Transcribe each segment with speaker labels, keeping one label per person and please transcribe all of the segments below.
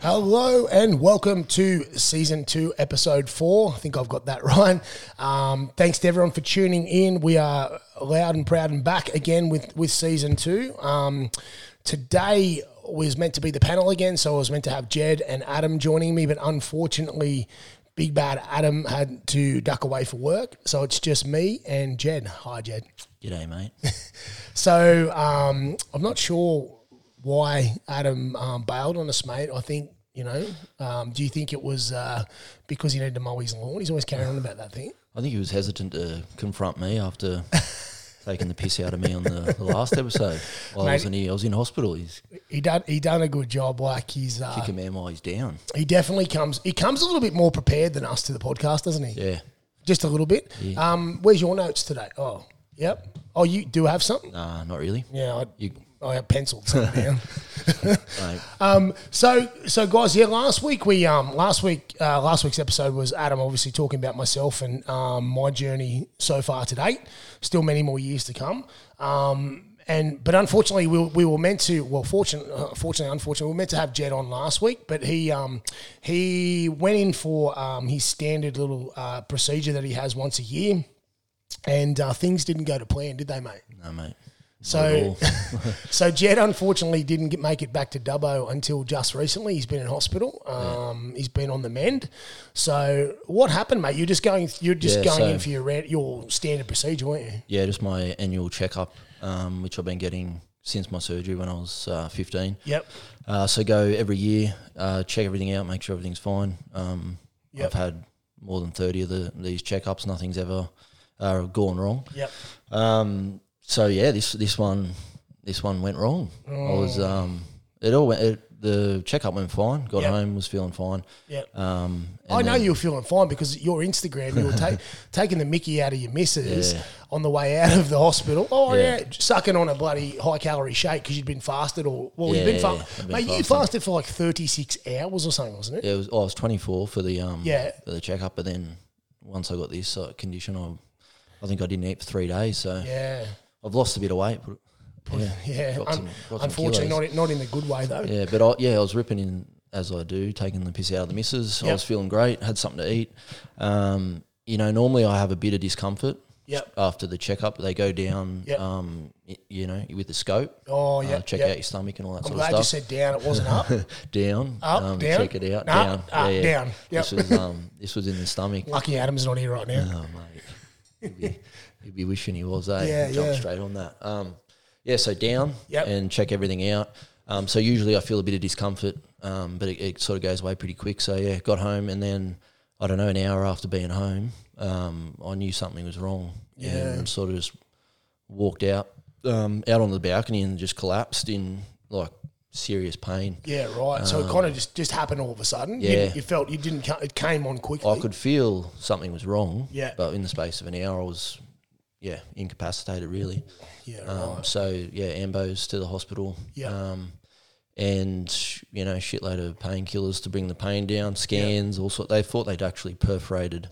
Speaker 1: Hello and welcome to season two, episode four. I think I've got that right. Um, thanks to everyone for tuning in. We are loud and proud and back again with with season two. Um, today was meant to be the panel again, so I was meant to have Jed and Adam joining me, but unfortunately, Big Bad Adam had to duck away for work, so it's just me and Jed. Hi, Jed.
Speaker 2: G'day, mate.
Speaker 1: So um, I'm not sure why Adam um, bailed on us, mate. I think you know. Um, do you think it was uh, because he needed to mow his lawn? He's always carrying on about that thing.
Speaker 2: I think he was hesitant to confront me after taking the piss out of me on the, the last episode. While I was in here, I was in hospital. He's
Speaker 1: He done he done a good job. Like he's uh,
Speaker 2: kicking man while he's down.
Speaker 1: he definitely comes he comes a little bit more prepared than us to the podcast, doesn't he?
Speaker 2: Yeah.
Speaker 1: Just a little bit. Um, where's your notes today? Oh, yep. Oh, you do have something?
Speaker 2: Nah, not really.
Speaker 1: Yeah, I,
Speaker 2: You,
Speaker 1: I have penciled something down.
Speaker 2: mate,
Speaker 1: Um, so, so guys, yeah. Last week we, um, last week, uh, last week's episode was Adam obviously talking about myself and um, my journey so far to date. Still many more years to come. Um, and but unfortunately, we, we were meant to. Well, fortunately, uh, fortunately, unfortunately, we were meant to have Jed on last week, but he um, he went in for um, his standard little uh, procedure that he has once a year, and uh, things didn't go to plan, did they, mate?
Speaker 2: no, mate.
Speaker 1: So, so Jed unfortunately didn't get, make it back to Dubbo until just recently. He's been in hospital. Um, He's been on the mend. So, what happened, mate? You're just going. You're just
Speaker 2: Yeah,
Speaker 1: going
Speaker 2: so-
Speaker 1: in for your ran- your standard procedure, weren't you?
Speaker 2: Yeah, just my annual checkup, um, which I've been getting since my surgery when I was uh, 15.
Speaker 1: Yep.
Speaker 2: Uh, so go every year, uh, check everything out, make sure everything's fine. Um,
Speaker 1: Yep.
Speaker 2: I've had more than 30 of the, these checkups. Nothing's ever uh, gone wrong.
Speaker 1: Yep.
Speaker 2: Um, so yeah, this this one this one went wrong. I was
Speaker 1: Oh.
Speaker 2: um, it all went. It, the checkup went fine. Got
Speaker 1: Yep.
Speaker 2: home, was feeling fine.
Speaker 1: Yep.
Speaker 2: Um,
Speaker 1: I
Speaker 2: and
Speaker 1: know
Speaker 2: then-
Speaker 1: you were feeling fine because your Instagram, you were ta- taking the mickey out of your missus
Speaker 2: Yeah.
Speaker 1: on the way out of the hospital. Oh, yeah.
Speaker 2: Yeah.
Speaker 1: Sucking on a bloody high calorie shake because you'd been fasted or, well, you'd been,
Speaker 2: Yeah,
Speaker 1: fa-
Speaker 2: I've been
Speaker 1: mate, you
Speaker 2: fasting.
Speaker 1: fasted for like 36 hours or something, wasn't it?
Speaker 2: Yeah, it was, oh, I was 24 for the um,
Speaker 1: Yeah.
Speaker 2: for the checkup, but then once I got this uh, condition, I I think I didn't eat for three days. So
Speaker 1: Yeah.
Speaker 2: I've lost a bit of weight. But yeah,
Speaker 1: Yeah,
Speaker 2: got
Speaker 1: un-
Speaker 2: some- got some
Speaker 1: unfortunately,
Speaker 2: kilos.
Speaker 1: not in, not in the good way though.
Speaker 2: Yeah, but I, yeah, I was ripping in as I do, taking the piss out of the missus.
Speaker 1: Yep.
Speaker 2: I was feeling great, had something to eat. Um, you know, normally I have a bit of discomfort
Speaker 1: Yep.
Speaker 2: after the checkup. They go down,
Speaker 1: Yep.
Speaker 2: um, y- you know, with the scope.
Speaker 1: Oh yeah,
Speaker 2: uh, check
Speaker 1: yeah.
Speaker 2: out your stomach and all that
Speaker 1: I'm
Speaker 2: sort
Speaker 1: glad you
Speaker 2: of stuff.
Speaker 1: said down. It wasn't up.
Speaker 2: down,
Speaker 1: Up,
Speaker 2: um,
Speaker 1: down.
Speaker 2: check it out,
Speaker 1: Nah,
Speaker 2: down,
Speaker 1: up, down. Yep.
Speaker 2: This was um, this was in the stomach.
Speaker 1: Lucky Adam's not here right now.
Speaker 2: Oh mate, he'd be, he'd be wishing he was. Eh?
Speaker 1: Yeah,
Speaker 2: Jump
Speaker 1: yeah.
Speaker 2: straight on that. Um, yeah, so down
Speaker 1: Yep.
Speaker 2: and check everything out. Um, so usually I feel a bit of discomfort, um, but it, it sort of goes away pretty quick. So yeah, got home and then I don't know an hour after being home, um, I knew something was wrong
Speaker 1: Yeah.
Speaker 2: and sort of just walked out um, out on the balcony and just collapsed in like serious pain.
Speaker 1: Yeah, right. So it kind of just, just happened all of a sudden. You-
Speaker 2: Um, yeah. Oh,
Speaker 1: you, felt you didn't. co- It came on quickly.
Speaker 2: I could feel something was wrong.
Speaker 1: Yeah.
Speaker 2: But in the space of an hour, I was, yeah, incapacitated really.
Speaker 1: yeah,
Speaker 2: Um,
Speaker 1: right.
Speaker 2: So yeah, Ambos to the hospital.
Speaker 1: Yeah.
Speaker 2: Um, and you know, shitload of painkillers to bring the pain down, scans, all sort. They thought they'd actually perforated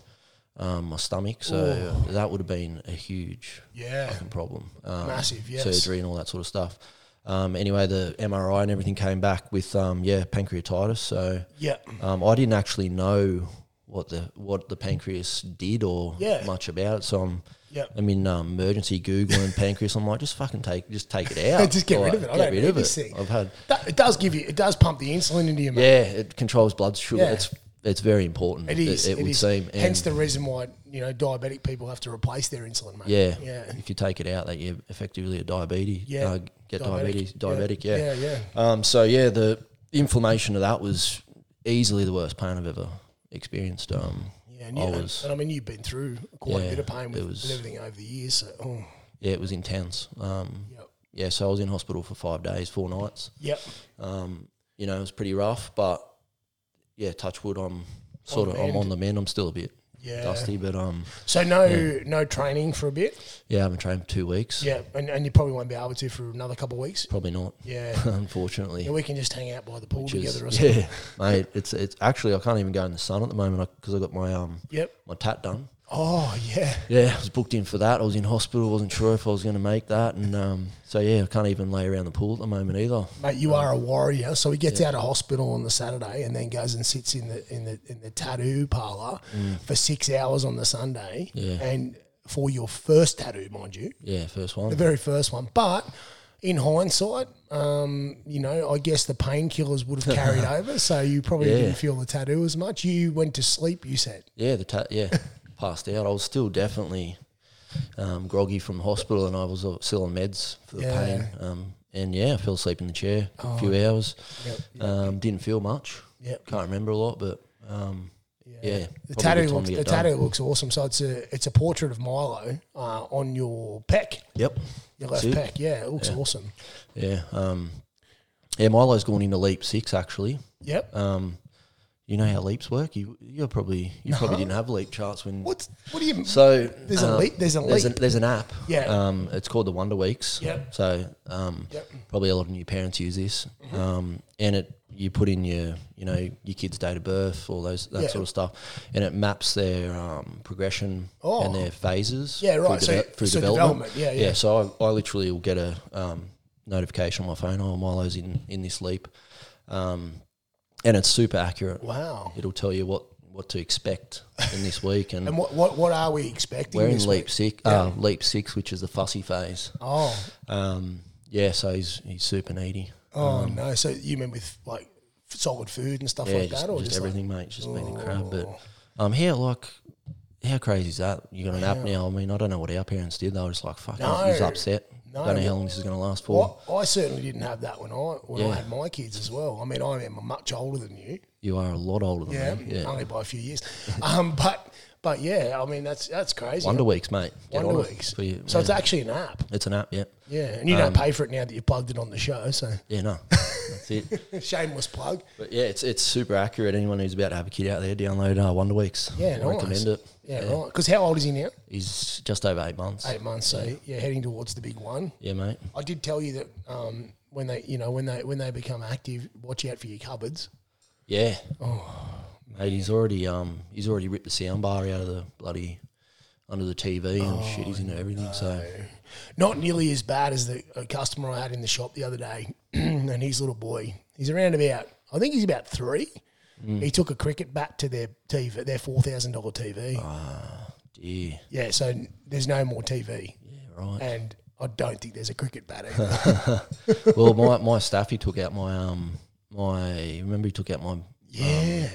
Speaker 2: um, my stomach, so that would have been a huge
Speaker 1: Yeah.
Speaker 2: fucking problem. Um,
Speaker 1: Massive, yes.
Speaker 2: Surgery and all that sort of stuff. Um, anyway, the MRI and everything came back with um, yeah pancreatitis. So
Speaker 1: Yeah.
Speaker 2: um, I didn't actually know what the what the pancreas did or
Speaker 1: Yeah.
Speaker 2: much about it. So I'm
Speaker 1: Yep.
Speaker 2: I'm in um, emergency googling pancreas. I'm like, just fucking take just take it out.
Speaker 1: Just get rid of it. I
Speaker 2: get
Speaker 1: don't
Speaker 2: rid
Speaker 1: need
Speaker 2: of
Speaker 1: this
Speaker 2: it.
Speaker 1: thing.
Speaker 2: I've had
Speaker 1: That, it does give you. It does pump the insulin into your mouth.
Speaker 2: yeah, it controls blood sugar.
Speaker 1: Yeah.
Speaker 2: It's it's very important.
Speaker 1: It is.
Speaker 2: It, would
Speaker 1: is.
Speaker 2: seem. And
Speaker 1: Hence the reason why you know diabetic people have to replace their insulin, mate.
Speaker 2: yeah,
Speaker 1: Yeah.
Speaker 2: If you take it out, that you're effectively a diabetes.
Speaker 1: Yeah.
Speaker 2: uh, get
Speaker 1: Diabetic.
Speaker 2: diabetes.
Speaker 1: Yeah.
Speaker 2: Diabetic. Yeah.
Speaker 1: Yeah, yeah.
Speaker 2: Um. So yeah, the inflammation of that was easily the worst pain I've ever experienced. Um.
Speaker 1: Yeah, and, you
Speaker 2: I
Speaker 1: know,
Speaker 2: was-
Speaker 1: and I mean, you've been through quite a
Speaker 2: Yeah,
Speaker 1: bit of pain
Speaker 2: it
Speaker 1: with,
Speaker 2: was-
Speaker 1: with everything over the years. So, oh,
Speaker 2: Yeah, it was intense. Um.
Speaker 1: Yep.
Speaker 2: Yeah. So I was in hospital for five days, four nights.
Speaker 1: yep.
Speaker 2: um, you know, it was pretty rough, but yeah, touch wood, I'm sort
Speaker 1: On
Speaker 2: of
Speaker 1: the
Speaker 2: I'm
Speaker 1: mend.
Speaker 2: on the mend. I'm still a bit
Speaker 1: Yeah.
Speaker 2: dusty, but um,
Speaker 1: So no, no training for a bit.
Speaker 2: yeah, I haven't trained for two weeks.
Speaker 1: Yeah, and, and you probably won't be able to for another couple of weeks.
Speaker 2: Probably not,
Speaker 1: Yeah.
Speaker 2: unfortunately.
Speaker 1: yeah, we can just hang out by the pool
Speaker 2: which is-
Speaker 1: together or something.
Speaker 2: yeah, mate, it's it's actually I can't even go in the sun at the moment because I got my um
Speaker 1: Yep.
Speaker 2: my tat done.
Speaker 1: Oh yeah.
Speaker 2: yeah, I was booked in for that. I was in hospital, wasn't sure if I was going to make that, and um, so yeah, I can't even lay around the pool at the moment either.
Speaker 1: Mate, you are a warrior. So he gets out of hospital on the Saturday and then goes and sits in the in the in the tattoo parlor for six hours on the Sunday.
Speaker 2: Mm. Yeah.
Speaker 1: And for your first tattoo, mind you,
Speaker 2: Yeah, first one.
Speaker 1: the very first one. But in hindsight, um, you know, I guess the painkillers would have carried over, so you probably
Speaker 2: Yeah.
Speaker 1: didn't feel the tattoo as much. You went to sleep. You said,
Speaker 2: Yeah, the ta- yeah, passed out. I was still definitely um, groggy from the hospital, and I was uh, still on meds for the
Speaker 1: Yeah. Oh.
Speaker 2: pain. Um, and yeah, I fell asleep in the chair for a few hours.
Speaker 1: Yep,
Speaker 2: Um, didn't feel much.
Speaker 1: Yep.
Speaker 2: Can't remember a lot, but um, yeah,
Speaker 1: The
Speaker 2: probably
Speaker 1: tattoo
Speaker 2: good time
Speaker 1: looks
Speaker 2: to
Speaker 1: the
Speaker 2: get done.
Speaker 1: tattoo looks awesome. So it's a it's a portrait of Milo uh, on your pec,
Speaker 2: Yep.
Speaker 1: your left
Speaker 2: See?
Speaker 1: pec. Yeah, it looks awesome.
Speaker 2: Yeah. Um, yeah, Milo's gone into leap six actually.
Speaker 1: Yep.
Speaker 2: Um, you know how leaps work. You you probably you probably didn't have leap charts when
Speaker 1: What's what do you?
Speaker 2: So um,
Speaker 1: There's a leap- there's a
Speaker 2: There's,
Speaker 1: leap.
Speaker 2: there's an app.
Speaker 1: Yeah.
Speaker 2: Um, it's called the Wonder Weeks.
Speaker 1: Yep.
Speaker 2: So um,
Speaker 1: Yep. Mm-hmm.
Speaker 2: probably a lot of new parents use this. Um, and it you put in your you know your kid's date of birth, all those that
Speaker 1: Yeah.
Speaker 2: sort of stuff, and it maps their um, progression
Speaker 1: Oh.
Speaker 2: and their phases.
Speaker 1: Yeah, right.
Speaker 2: Through,
Speaker 1: So-
Speaker 2: through
Speaker 1: so
Speaker 2: development.
Speaker 1: development. Yeah, yeah.
Speaker 2: So I, I literally will get a um, notification on my phone. Oh, Milo's in in this leap, um, and it's super accurate.
Speaker 1: Wow.
Speaker 2: It'll tell you what what to expect in this week and.
Speaker 1: And what, what what are we expecting?
Speaker 2: We're in
Speaker 1: this
Speaker 2: leap
Speaker 1: week?
Speaker 2: six, uh, leap six, which is the fussy phase.
Speaker 1: Oh,
Speaker 2: Um, yeah, so he's he's super needy.
Speaker 1: oh no! So you mean with like f- solid food and stuff
Speaker 2: Um, Yeah,
Speaker 1: like
Speaker 2: just,
Speaker 1: that, or
Speaker 2: just
Speaker 1: just, like- Oh.
Speaker 2: everything, mate. It's Just been the crap. But um, how like how crazy is that? You got an app now. I mean, I don't know what our parents did. They were just like, "Fuck,
Speaker 1: No.
Speaker 2: he's upset.
Speaker 1: No,
Speaker 2: don't know how
Speaker 1: what-
Speaker 2: long this is going to last for."
Speaker 1: Well, I certainly didn't have that when I when
Speaker 2: Yeah.
Speaker 1: I had my kids as well. I mean, I am much older than you.
Speaker 2: You are a lot older than
Speaker 1: Yeah,
Speaker 2: me. Mm, Yeah,
Speaker 1: only by a few years. um, but but yeah, I mean that's that's crazy.
Speaker 2: Wonder Weeks, mate. Get
Speaker 1: Wonder
Speaker 2: on it.
Speaker 1: Weeks.
Speaker 2: For you-
Speaker 1: so it's
Speaker 2: yeah.
Speaker 1: actually an app.
Speaker 2: it's an app. Yeah,
Speaker 1: Yeah, and you don't pay for it now that you plugged it on the show. So
Speaker 2: yeah, no, that's it.
Speaker 1: shameless plug.
Speaker 2: But yeah, it's it's super accurate. Anyone who's about to have a kid out there, download uh, Wonder Weeks.
Speaker 1: Yeah, nice.
Speaker 2: I recommend it.
Speaker 1: Yeah, right. Because how old is he now?
Speaker 2: He's just over eight months.
Speaker 1: Eight months. So yeah, heading towards the big one.
Speaker 2: Yeah, mate.
Speaker 1: I did tell you that um, when they, you know, when they when they become active, watch out for your cupboards.
Speaker 2: Yeah. Oh, mate, he's already um he's already ripped the sound bar out of the bloody under the TV
Speaker 1: Oh,
Speaker 2: and shit. He's into everything. So
Speaker 1: Not nearly as bad as the a customer I had in the shop the other day, and his little boy. He's around about, I think he's about three. He took a cricket bat to their TV, their four thousand dollar TV.
Speaker 2: dear,
Speaker 1: Yeah, so there's no more TV,
Speaker 2: yeah, right.
Speaker 1: and I don't think there's a cricket bat either.
Speaker 2: well, my my staff he took out my um my remember he took out my um,
Speaker 1: yeah,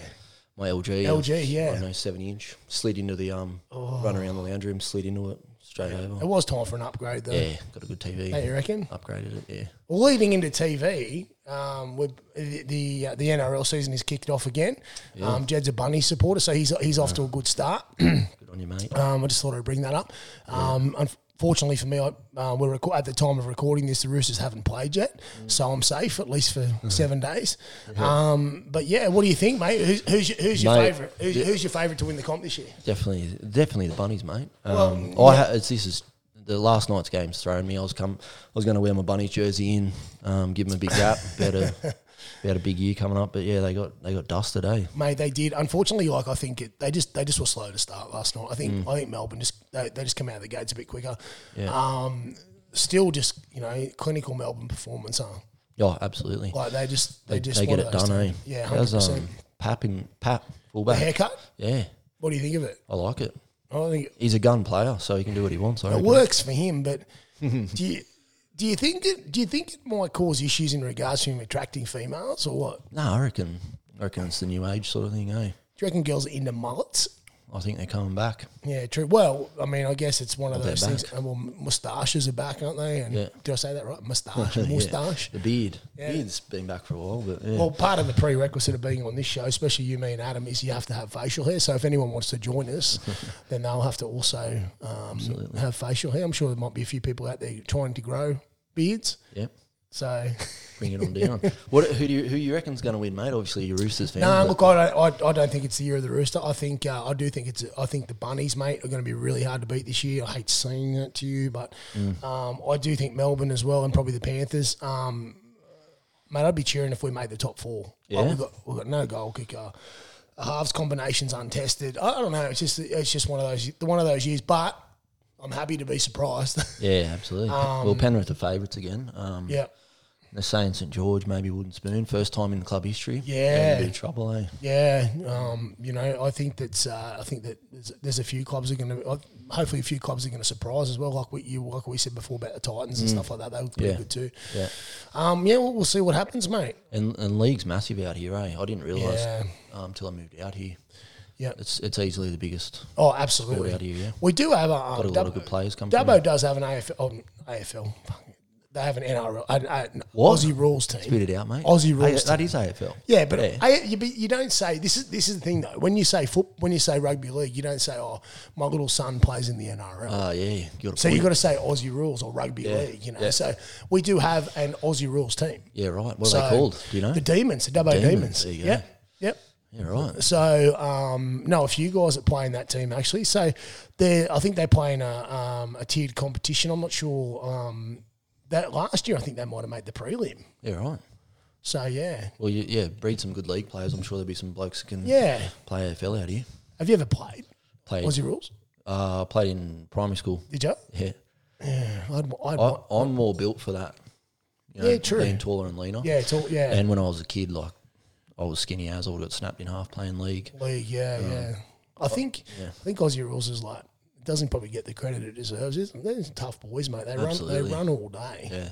Speaker 2: my LG
Speaker 1: LG, yeah. Oh.
Speaker 2: I don't know seventy inch slid into the um run around the lounge room slid into it straight over.
Speaker 1: it was time for an upgrade though.
Speaker 2: Yeah, got a good TV.
Speaker 1: Don't you reckon?
Speaker 2: Upgraded it. Yeah,
Speaker 1: Well, leading into TV, um, with the the, uh, the NRL season is kicked off again. Um, Jed's a bunny supporter, so he's he's off to a good start.
Speaker 2: good on you, mate.
Speaker 1: Um, I just thought I'd bring that up. Um, Unfortunately for me, I, uh, we're reco- at the time of recording this. The Roosters haven't played yet, so I'm safe at least for seven days. Um, but Mm. Mm-hmm. yeah, what do you think, mate? Who's, who's your, who's your
Speaker 2: Mate,
Speaker 1: favourite? Who's, who's your favourite to win the comp this year?
Speaker 2: Definitely, definitely the bunnies, mate. Um, I ha- it's, this is the last night's game's thrown me. I was come, I was going to wear my bunnies jersey in, um, give them a big rap. about a about a big year coming up, but yeah, they got they got dusted, eh?
Speaker 1: Mate, they did. Unfortunately, like I think it, they just they just were slow to start last night. I think I think Melbourne just they, they just come out of the gates a bit quicker.
Speaker 2: Mm. Yeah.
Speaker 1: Um, still, just you know, clinical Melbourne performance. Huh?
Speaker 2: Oh, absolutely.
Speaker 1: Like they just they,
Speaker 2: they,
Speaker 1: just
Speaker 2: they get
Speaker 1: one
Speaker 2: it
Speaker 1: of those
Speaker 2: done, eh?
Speaker 1: teams. Yeah,
Speaker 2: That
Speaker 1: hundred
Speaker 2: was,
Speaker 1: percent.
Speaker 2: um, Pap and Pap
Speaker 1: The
Speaker 2: fullback.
Speaker 1: haircut.
Speaker 2: Yeah,
Speaker 1: What do you think of it?
Speaker 2: I like it.
Speaker 1: I don't think it,
Speaker 2: He's a gun player, so he can do what he wants. I
Speaker 1: it
Speaker 2: reckon.
Speaker 1: works for him, but do you do you think it do you think it might cause issues in regards to him attracting females or what?
Speaker 2: No, I reckon. I reckon it's the new age sort of thing,
Speaker 1: Do
Speaker 2: eh?
Speaker 1: you reckon girls are into mullets?
Speaker 2: I think they're coming back.
Speaker 1: Yeah, true. Well, I mean, I guess it's one of
Speaker 2: they're
Speaker 1: those things. and Well, moustaches are back, aren't they? And
Speaker 2: Yeah.
Speaker 1: did I say that right? Moustache,
Speaker 2: Yeah.
Speaker 1: moustache.
Speaker 2: The beard.
Speaker 1: Yeah.
Speaker 2: Beard's been back for a while, but yeah.
Speaker 1: Well, part of the prerequisite of being on this show, especially you, me, and Adam, is you have to have facial hair. So if anyone wants to join us, then they'll have to also um, have facial hair. I'm sure there might be a few people out there trying to grow beards.
Speaker 2: yeah.
Speaker 1: So
Speaker 2: Bring it on down. what? Who do you who you reckon's going to win, mate? Obviously, your Roosters fan.
Speaker 1: No,
Speaker 2: but
Speaker 1: look, I don't, I, I don't think it's the year of the rooster. I think uh, I do think it's I think the bunnies, mate, are going to be really hard to beat this year. I hate saying that to you, but um, I do think Melbourne as well, and probably the Panthers. Um, mate, I'd be cheering if we made the top four. Like,
Speaker 2: Yeah.
Speaker 1: we've got we've got no goal kicker. a halves combination's untested. I, I don't know. It's just it's just one of those one of those years. But I'm happy to be surprised.
Speaker 2: Yeah, absolutely. well, Penrith are favourites again. Um,
Speaker 1: um, yeah,
Speaker 2: They're saying St George, maybe Wooden Spoon. First time in club history.
Speaker 1: Yeah.
Speaker 2: They're in big trouble, eh?
Speaker 1: yeah. Um, you know, I think that's uh, I think that there's, there's a few clubs are going to hopefully a few clubs are going to surprise as well. Like we you like we said before about the Titans and stuff like that. They look pretty
Speaker 2: Mm. Yeah.
Speaker 1: good too.
Speaker 2: Yeah.
Speaker 1: Um, yeah, we'll, we'll see what happens, mate.
Speaker 2: And, and league's massive out here, eh? I didn't realise
Speaker 1: Yeah.
Speaker 2: until I moved out here.
Speaker 1: Yeah.
Speaker 2: It's it's easily the biggest.
Speaker 1: Oh, absolutely.
Speaker 2: Sport out here, yeah.
Speaker 1: We do have a, um,
Speaker 2: Got a lot of good players come
Speaker 1: Dabo
Speaker 2: through.
Speaker 1: does have an AFL. Um, AFL. fuck, They have an NRL, an, an
Speaker 2: What?
Speaker 1: Aussie rules team.
Speaker 2: Spit it out, mate.
Speaker 1: Aussie
Speaker 2: Hey,
Speaker 1: rules
Speaker 2: that is AFL.
Speaker 1: Yeah, but I, you, but you don't say this is this is the thing though. When you say foot, when you say rugby league, you don't say, "Oh, my little son plays in the NRL."
Speaker 2: Oh, yeah. Got a
Speaker 1: so you
Speaker 2: point.
Speaker 1: got to say Aussie rules or rugby league, you know.
Speaker 2: yeah.
Speaker 1: So we do have an Aussie rules team.
Speaker 2: Yeah, right. What are
Speaker 1: So
Speaker 2: they called? Do you know?
Speaker 1: The Demons, the Dubbo
Speaker 2: Demons,
Speaker 1: Demons.
Speaker 2: there you go.
Speaker 1: Yep, yep.
Speaker 2: yeah, right.
Speaker 1: So um, no, a few guys that play in that team actually. So they, I think they play in a, um, a tiered competition. I'm not sure um, that last year. I think they might have made the prelim.
Speaker 2: Yeah, right.
Speaker 1: So yeah,
Speaker 2: Well, you, yeah, breed some good league players. I'm sure there'll be some blokes that can
Speaker 1: Yeah.
Speaker 2: play AFL out here.
Speaker 1: have you ever played
Speaker 2: Played,
Speaker 1: Aussie rules?
Speaker 2: uh, played in primary school.
Speaker 1: Did you?
Speaker 2: Yeah.
Speaker 1: I'd, I'd,
Speaker 2: I, I'm more built for that. You
Speaker 1: Yeah, true.
Speaker 2: Being taller and leaner.
Speaker 1: yeah, it's all yeah,
Speaker 2: And when I was a kid, like I was skinny as I would got snapped in half playing league.
Speaker 1: league, yeah,
Speaker 2: Um,
Speaker 1: yeah.
Speaker 2: uh,
Speaker 1: I think I think Aussie rules is like it doesn't probably get the credit it deserves. It's, they're tough boys, mate. They run,
Speaker 2: Absolutely.
Speaker 1: they run all day.
Speaker 2: Yeah.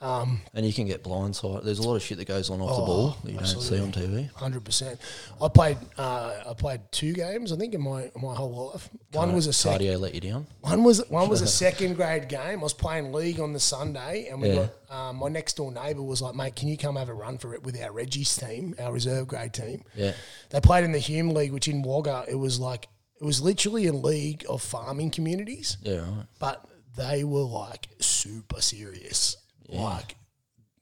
Speaker 2: Um, and you can get blindsided. There's a lot of shit that goes on off
Speaker 1: Oh,
Speaker 2: the ball that you don't see on TV.
Speaker 1: Hundred percent. I played. Uh, I played two games. I think in my my whole life. One was a sec-
Speaker 2: Cardio let you down.
Speaker 1: One was one was a second grade game. I was playing league on the Sunday, and we
Speaker 2: Yeah.
Speaker 1: got um, my next door neighbour was like, "Mate, can you come have a run for it with our Reggie's team, our reserve grade team?"
Speaker 2: Yeah.
Speaker 1: They played in the Hume League, which in Wagga it was like it was literally a league of farming communities,
Speaker 2: Yeah, right.
Speaker 1: but they were like super serious. Like,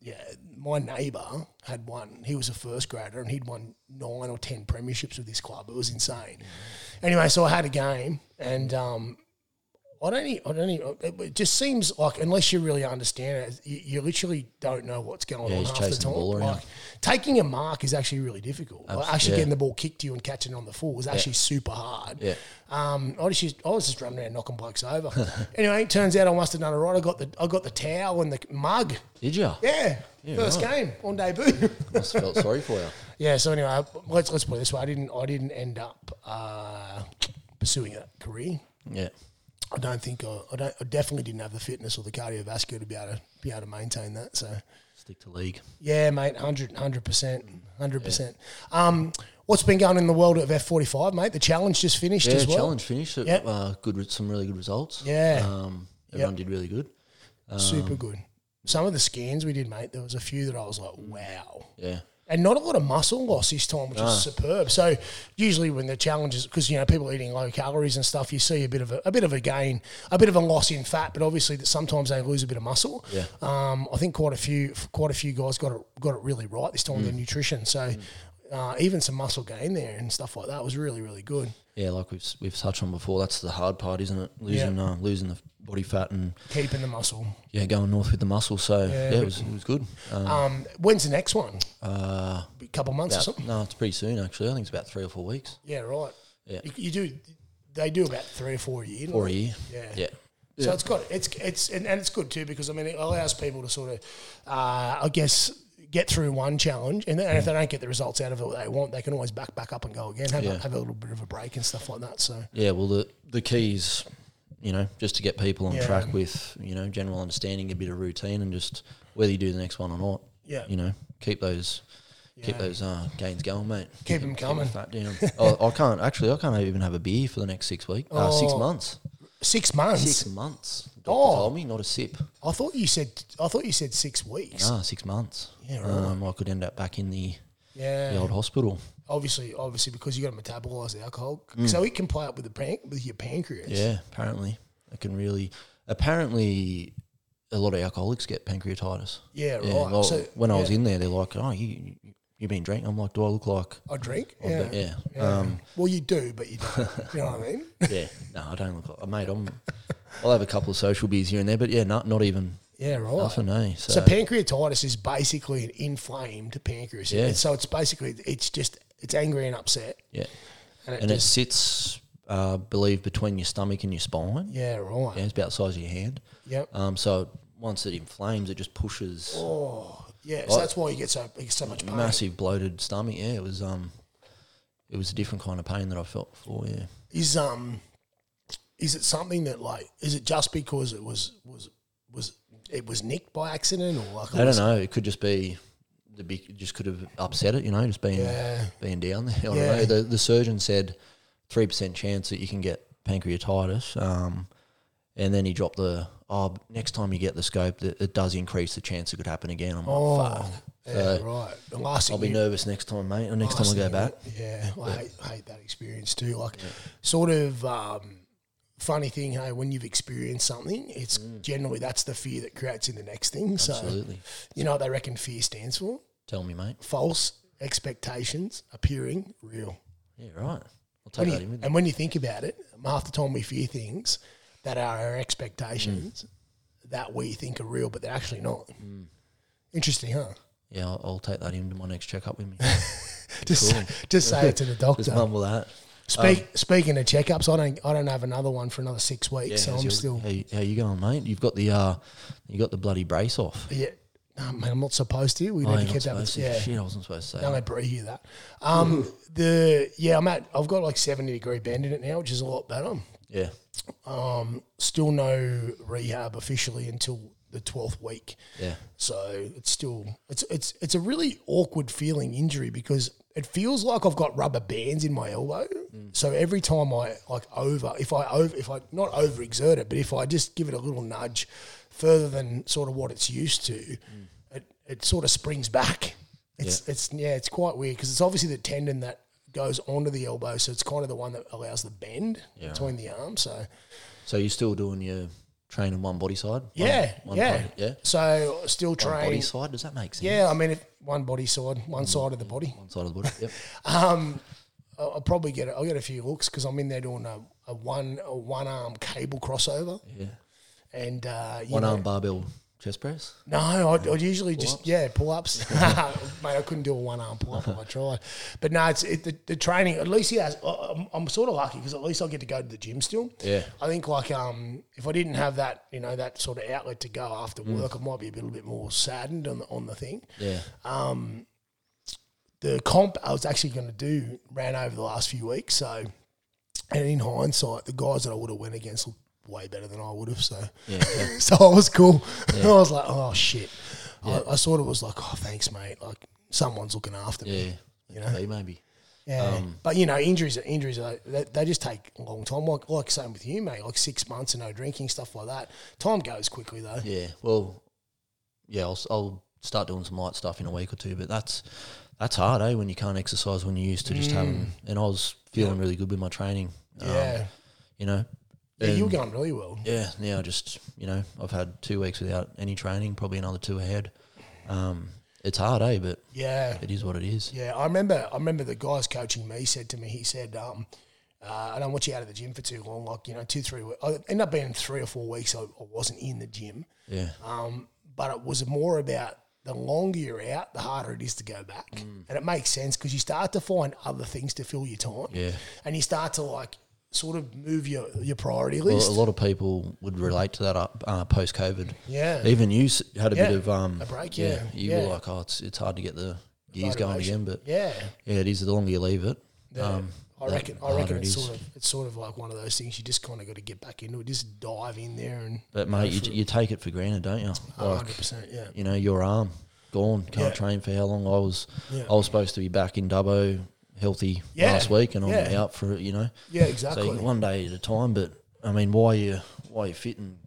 Speaker 1: yeah, my neighbour had won. He was a first grader, and he'd won nine or ten premierships with this club. It was insane. Anyway, so I had a game, and um, I don't. e- I don't. e- It it just seems like unless you really understand it, you, you literally don't know what's going on
Speaker 2: he's
Speaker 1: half the
Speaker 2: chasing
Speaker 1: time.
Speaker 2: the ball around.
Speaker 1: like, taking a mark is actually really difficult. Like, actually
Speaker 2: yeah.
Speaker 1: getting the ball kicked to you and catching it on the full was actually super hard.
Speaker 2: Yeah.
Speaker 1: Um, I just used- I was just running around knocking blokes over. anyway, it turns out I must have done it right. I got the I got the towel and the mug.
Speaker 2: Did you?
Speaker 1: Yeah. First game on debut.
Speaker 2: Must have felt sorry for you.
Speaker 1: yeah. So anyway, let's let's put it this way. I didn't I didn't end up uh, pursuing that career.
Speaker 2: Yeah.
Speaker 1: I don't think I, I don't I definitely didn't have the fitness or the cardiovascular to be able to be able to maintain that. So
Speaker 2: Stick to league.
Speaker 1: yeah, mate, 100 percent, hundred percent. Um, what's been going in the world of F forty five, mate? The challenge just finished
Speaker 2: Yeah,
Speaker 1: as well.
Speaker 2: challenge finished. It,
Speaker 1: Yep.
Speaker 2: Uh, good. re- Some really good results.
Speaker 1: Yeah.
Speaker 2: Um, everyone did really good. Um,
Speaker 1: Super good. Some of the scans we did, mate, there was a few that I was like, wow.
Speaker 2: Yeah.
Speaker 1: And not a lot of muscle loss this time, which
Speaker 2: Ah.
Speaker 1: is superb. So usually when the challenge is because you know people are eating low calories and stuff, you see a bit of a, a bit of a gain, a bit of a loss in fat, but obviously that sometimes they lose a bit of muscle.
Speaker 2: Yeah.
Speaker 1: Um, I think quite a few quite a few guys got it got it really right this time with their
Speaker 2: Mm.
Speaker 1: nutrition. So uh, even some muscle gain there and stuff like that was really really good.
Speaker 2: Yeah, like we've s- we've touched on before, that's the hard part, isn't it? Losing uh, losing the body fat and
Speaker 1: Keeping the muscle.
Speaker 2: yeah, going north with the muscle. So yeah, it was it was good. Um,
Speaker 1: Um, when's the next one?
Speaker 2: uh,
Speaker 1: A couple months or
Speaker 2: about-
Speaker 1: something.
Speaker 2: no, it's pretty soon actually. I think it's about three or four weeks
Speaker 1: Yeah, right.
Speaker 2: Yeah.
Speaker 1: You, you do. They do about three or four a year.
Speaker 2: or a year.
Speaker 1: Yeah.
Speaker 2: yeah,
Speaker 1: So it's got it's it's and, and it's good too because I mean it allows people to sort of, uh, I guess, get through one challenge and, then,
Speaker 2: Mm.
Speaker 1: and if they don't get the results out of it they want, they can always back back up and go again, have, a,
Speaker 2: Yeah.
Speaker 1: have a little bit of a break and stuff like that. So
Speaker 2: Yeah, Well, the the key is, you know, just to get people on
Speaker 1: Yeah.
Speaker 2: track with you know general understanding, a bit of routine, and just whether you do the next one or not.
Speaker 1: Yeah.
Speaker 2: you know, keep those. Keep
Speaker 1: Yeah.
Speaker 2: those uh, gains going, mate.
Speaker 1: Keep 'em
Speaker 2: the
Speaker 1: coming.
Speaker 2: fat down. oh, I can't actually. I can't even have a beer for the next six weeks. Uh, Six
Speaker 1: Oh.
Speaker 2: months.
Speaker 1: six months.
Speaker 2: Six months. Doctor
Speaker 1: Oh.
Speaker 2: told me not a sip.
Speaker 1: I thought you said I thought you said six weeks.
Speaker 2: Ah, six months.
Speaker 1: Yeah, right.
Speaker 2: Um, I could end up back in the,
Speaker 1: Yeah,
Speaker 2: the old hospital.
Speaker 1: obviously, obviously because you got to metabolize the alcohol, so it can play up with the pan- with your pancreas.
Speaker 2: Mm. Yeah, apparently. I can really. Apparently, a lot of alcoholics get pancreatitis.
Speaker 1: Yeah,
Speaker 2: Yeah.
Speaker 1: right.
Speaker 2: well,
Speaker 1: so
Speaker 2: when I was
Speaker 1: yeah,
Speaker 2: in there, they're like, "Oh, you you- you been drinking?" I'm like, "Do I look like?"
Speaker 1: I drink.
Speaker 2: I've
Speaker 1: Yeah.
Speaker 2: been- yeah.
Speaker 1: Yeah.
Speaker 2: Um,
Speaker 1: well, you do, but you don't. you know what I mean?
Speaker 2: yeah. No, I don't look like. Mate, I'm. I'll have a couple of social beers here and there, but yeah, not not even
Speaker 1: Yeah, right.
Speaker 2: nothing. Eh? So,
Speaker 1: So pancreatitis is basically an inflamed pancreas.
Speaker 2: Yeah.
Speaker 1: So it's basically it's just it's angry and upset.
Speaker 2: Yeah.
Speaker 1: And it
Speaker 2: And it
Speaker 1: just-
Speaker 2: sits, uh, believe, between your stomach and your spine.
Speaker 1: yeah, right.
Speaker 2: Yeah, it's about the size of your hand.
Speaker 1: Yep.
Speaker 2: Um, so once it inflames, it just pushes
Speaker 1: yeah, so that's why you get so so much Oh, pain.
Speaker 2: Oh. massive bloated stomach. Yeah, it was um, it was a different kind of pain that I felt before. Yeah,
Speaker 1: Is um, is it something that like is it just because it was was was it was nicked by accident or like
Speaker 2: I don't know. It could just be the big, it just could have upset it. You know, just being being down there. I don't
Speaker 1: Yeah.
Speaker 2: know. The the surgeon said three percent chance that you can get pancreatitis. Um, and then he dropped the oh, next time you get the scope, that it does increase the chance it could happen again. I'm
Speaker 1: Oh,
Speaker 2: like, fuck.
Speaker 1: Yeah, right. The last thing
Speaker 2: I'll be
Speaker 1: you-
Speaker 2: nervous next time, mate. Or
Speaker 1: Oh,
Speaker 2: next time I go back.
Speaker 1: Yeah, I hate, hate that experience too. Like, sort of um, funny thing, hey, when you've experienced something, it's
Speaker 2: Mm.
Speaker 1: generally that's the fear that creates in the next thing. So,
Speaker 2: Absolutely.
Speaker 1: you know what they reckon fear stands for?
Speaker 2: Tell me, mate.
Speaker 1: False expectations appearing real.
Speaker 2: Yeah, right.
Speaker 1: When
Speaker 2: I'll take that
Speaker 1: you-
Speaker 2: in with me.
Speaker 1: and when you think about it, half the time we fear things that are our expectations
Speaker 2: Mm.
Speaker 1: that we think are real, but they're actually not. Interesting, huh?
Speaker 2: Yeah, I'll, I'll take that into my next checkup with me.
Speaker 1: Just, just say it to the doctor.
Speaker 2: Just mumble that. Um,
Speaker 1: Speak, speaking of checkups, I don't I don't have another one for another six weeks, so
Speaker 2: how's
Speaker 1: I'm
Speaker 2: your-
Speaker 1: still
Speaker 2: How, you- how you going, mate? You've got the uh, you got the bloody brace off.
Speaker 1: yeah. No, man, I'm not supposed to. We
Speaker 2: Oh,
Speaker 1: never
Speaker 2: you're not
Speaker 1: kept that.
Speaker 2: supposed
Speaker 1: with-
Speaker 2: to.
Speaker 1: Yeah,
Speaker 2: Shit, I wasn't supposed to say.
Speaker 1: don't
Speaker 2: that.
Speaker 1: let Bree hear that. Um, the yeah, I'm at. I've got like 70 degree bend in it now, which is a lot better.
Speaker 2: Yeah,
Speaker 1: Still no rehab officially until the 12th week.
Speaker 2: yeah,
Speaker 1: So it's still it's it's it's a really awkward feeling injury because it feels like I've got rubber bands in my elbow.
Speaker 2: Mm.
Speaker 1: So every time I like over if I over if I not overexert it, but if I just give it a little nudge further than sort of what it's used to,
Speaker 2: Mm.
Speaker 1: it it sort of springs back. It's it's yeah, it's quite weird because it's obviously the tendon that goes onto the elbow, so it's kind of the one that allows the bend between the arms. So
Speaker 2: So you're still doing your training one body side? One-
Speaker 1: yeah,
Speaker 2: one
Speaker 1: yeah,
Speaker 2: body- yeah.
Speaker 1: So still
Speaker 2: One
Speaker 1: train.
Speaker 2: body side. Does that make sense?
Speaker 1: Yeah, I mean, if one body side,
Speaker 2: Mm.
Speaker 1: one side of the body.
Speaker 2: One side of the body. Yep.
Speaker 1: I'll, I'll probably get a, I'll get a few looks because I'm in there doing a, a one a one arm cable crossover.
Speaker 2: Yeah.
Speaker 1: And uh, you
Speaker 2: One
Speaker 1: know,
Speaker 2: arm barbell chest press.
Speaker 1: No, I'd, I'd usually just yeah pull ups. Mate, I couldn't do a one arm pull up if I tried. But no, it's it, the, the training. At least he has. I- I'm, I'm sort of lucky because at least I get to go to the gym still.
Speaker 2: Yeah.
Speaker 1: I think like um if I didn't have that you know that sort of outlet to go after
Speaker 2: Mm.
Speaker 1: work, I might be a little bit more saddened on the, on the thing.
Speaker 2: Yeah.
Speaker 1: the comp I was actually going to do ran over the last few weeks. So, and in hindsight, the guys that I would have went against looked way better than I would have. So,
Speaker 2: Yeah, yeah.
Speaker 1: so I was cool. I was like, oh shit. I, I sort of was like, oh thanks, mate. Like someone's looking after me.
Speaker 2: yeah. You know. Maybe.
Speaker 1: Yeah.
Speaker 2: um,
Speaker 1: but you know, injuries are injuries. Are, they, they just take a long time. Like like same with you, mate. Like six months and no drinking stuff like that. Time goes quickly though.
Speaker 2: Yeah. Well, yeah, I'll, I'll start doing some light stuff in a week or two, but that's that's hard, eh? When you can't exercise when you're used to
Speaker 1: Mm.
Speaker 2: just having. And I was feeling really good with my training. um,
Speaker 1: Yeah.
Speaker 2: You know.
Speaker 1: Yeah, you were
Speaker 2: And,
Speaker 1: going really well.
Speaker 2: yeah. Now just you know, I've had two weeks without any training, probably another two ahead. Um, it's hard, eh? But
Speaker 1: Yeah.
Speaker 2: it is what it is.
Speaker 1: Yeah, I remember. I remember the guys coaching me said to me, he said, um, uh, "I don't want you out of the gym for too long. Like you know, two, three. we- I ended up being three or four weeks. I, I wasn't in the gym,
Speaker 2: Yeah.
Speaker 1: um, but it was more about the longer you're out, the harder it is to go back,
Speaker 2: Mm.
Speaker 1: and it makes sense because you start to find other things to fill your time,
Speaker 2: Yeah.
Speaker 1: and you start to like sort of move your your priority
Speaker 2: Well,
Speaker 1: list.
Speaker 2: a lot of people would relate to that uh, uh, post COVID.
Speaker 1: Yeah.
Speaker 2: Even you s- had a
Speaker 1: Yeah,
Speaker 2: bit of um,
Speaker 1: a break, yeah,
Speaker 2: You
Speaker 1: yeah.
Speaker 2: were like, oh, it's, it's hard to get the gears going
Speaker 1: Motivation.
Speaker 2: again, but
Speaker 1: yeah,
Speaker 2: Yeah, it is. The longer you leave it, um,
Speaker 1: I
Speaker 2: the
Speaker 1: reckon. I
Speaker 2: harder
Speaker 1: reckon
Speaker 2: it
Speaker 1: it's
Speaker 2: is.
Speaker 1: sort of it's sort of like one of those things you just kind of got to get back into it. Just dive in there and
Speaker 2: But mate, you, you take it for granted, don't you? Like,
Speaker 1: hundred percent. Yeah.
Speaker 2: you know, your arm gone, can't
Speaker 1: Yeah.
Speaker 2: train for how long? I was,
Speaker 1: Yeah.
Speaker 2: I was supposed to be back in Dubbo healthy
Speaker 1: Yeah,
Speaker 2: last week, and I'm
Speaker 1: yeah.
Speaker 2: out for it. You know,
Speaker 1: Yeah,
Speaker 2: so
Speaker 1: exactly.
Speaker 2: you- one day at a time. But I mean, why you why you fit and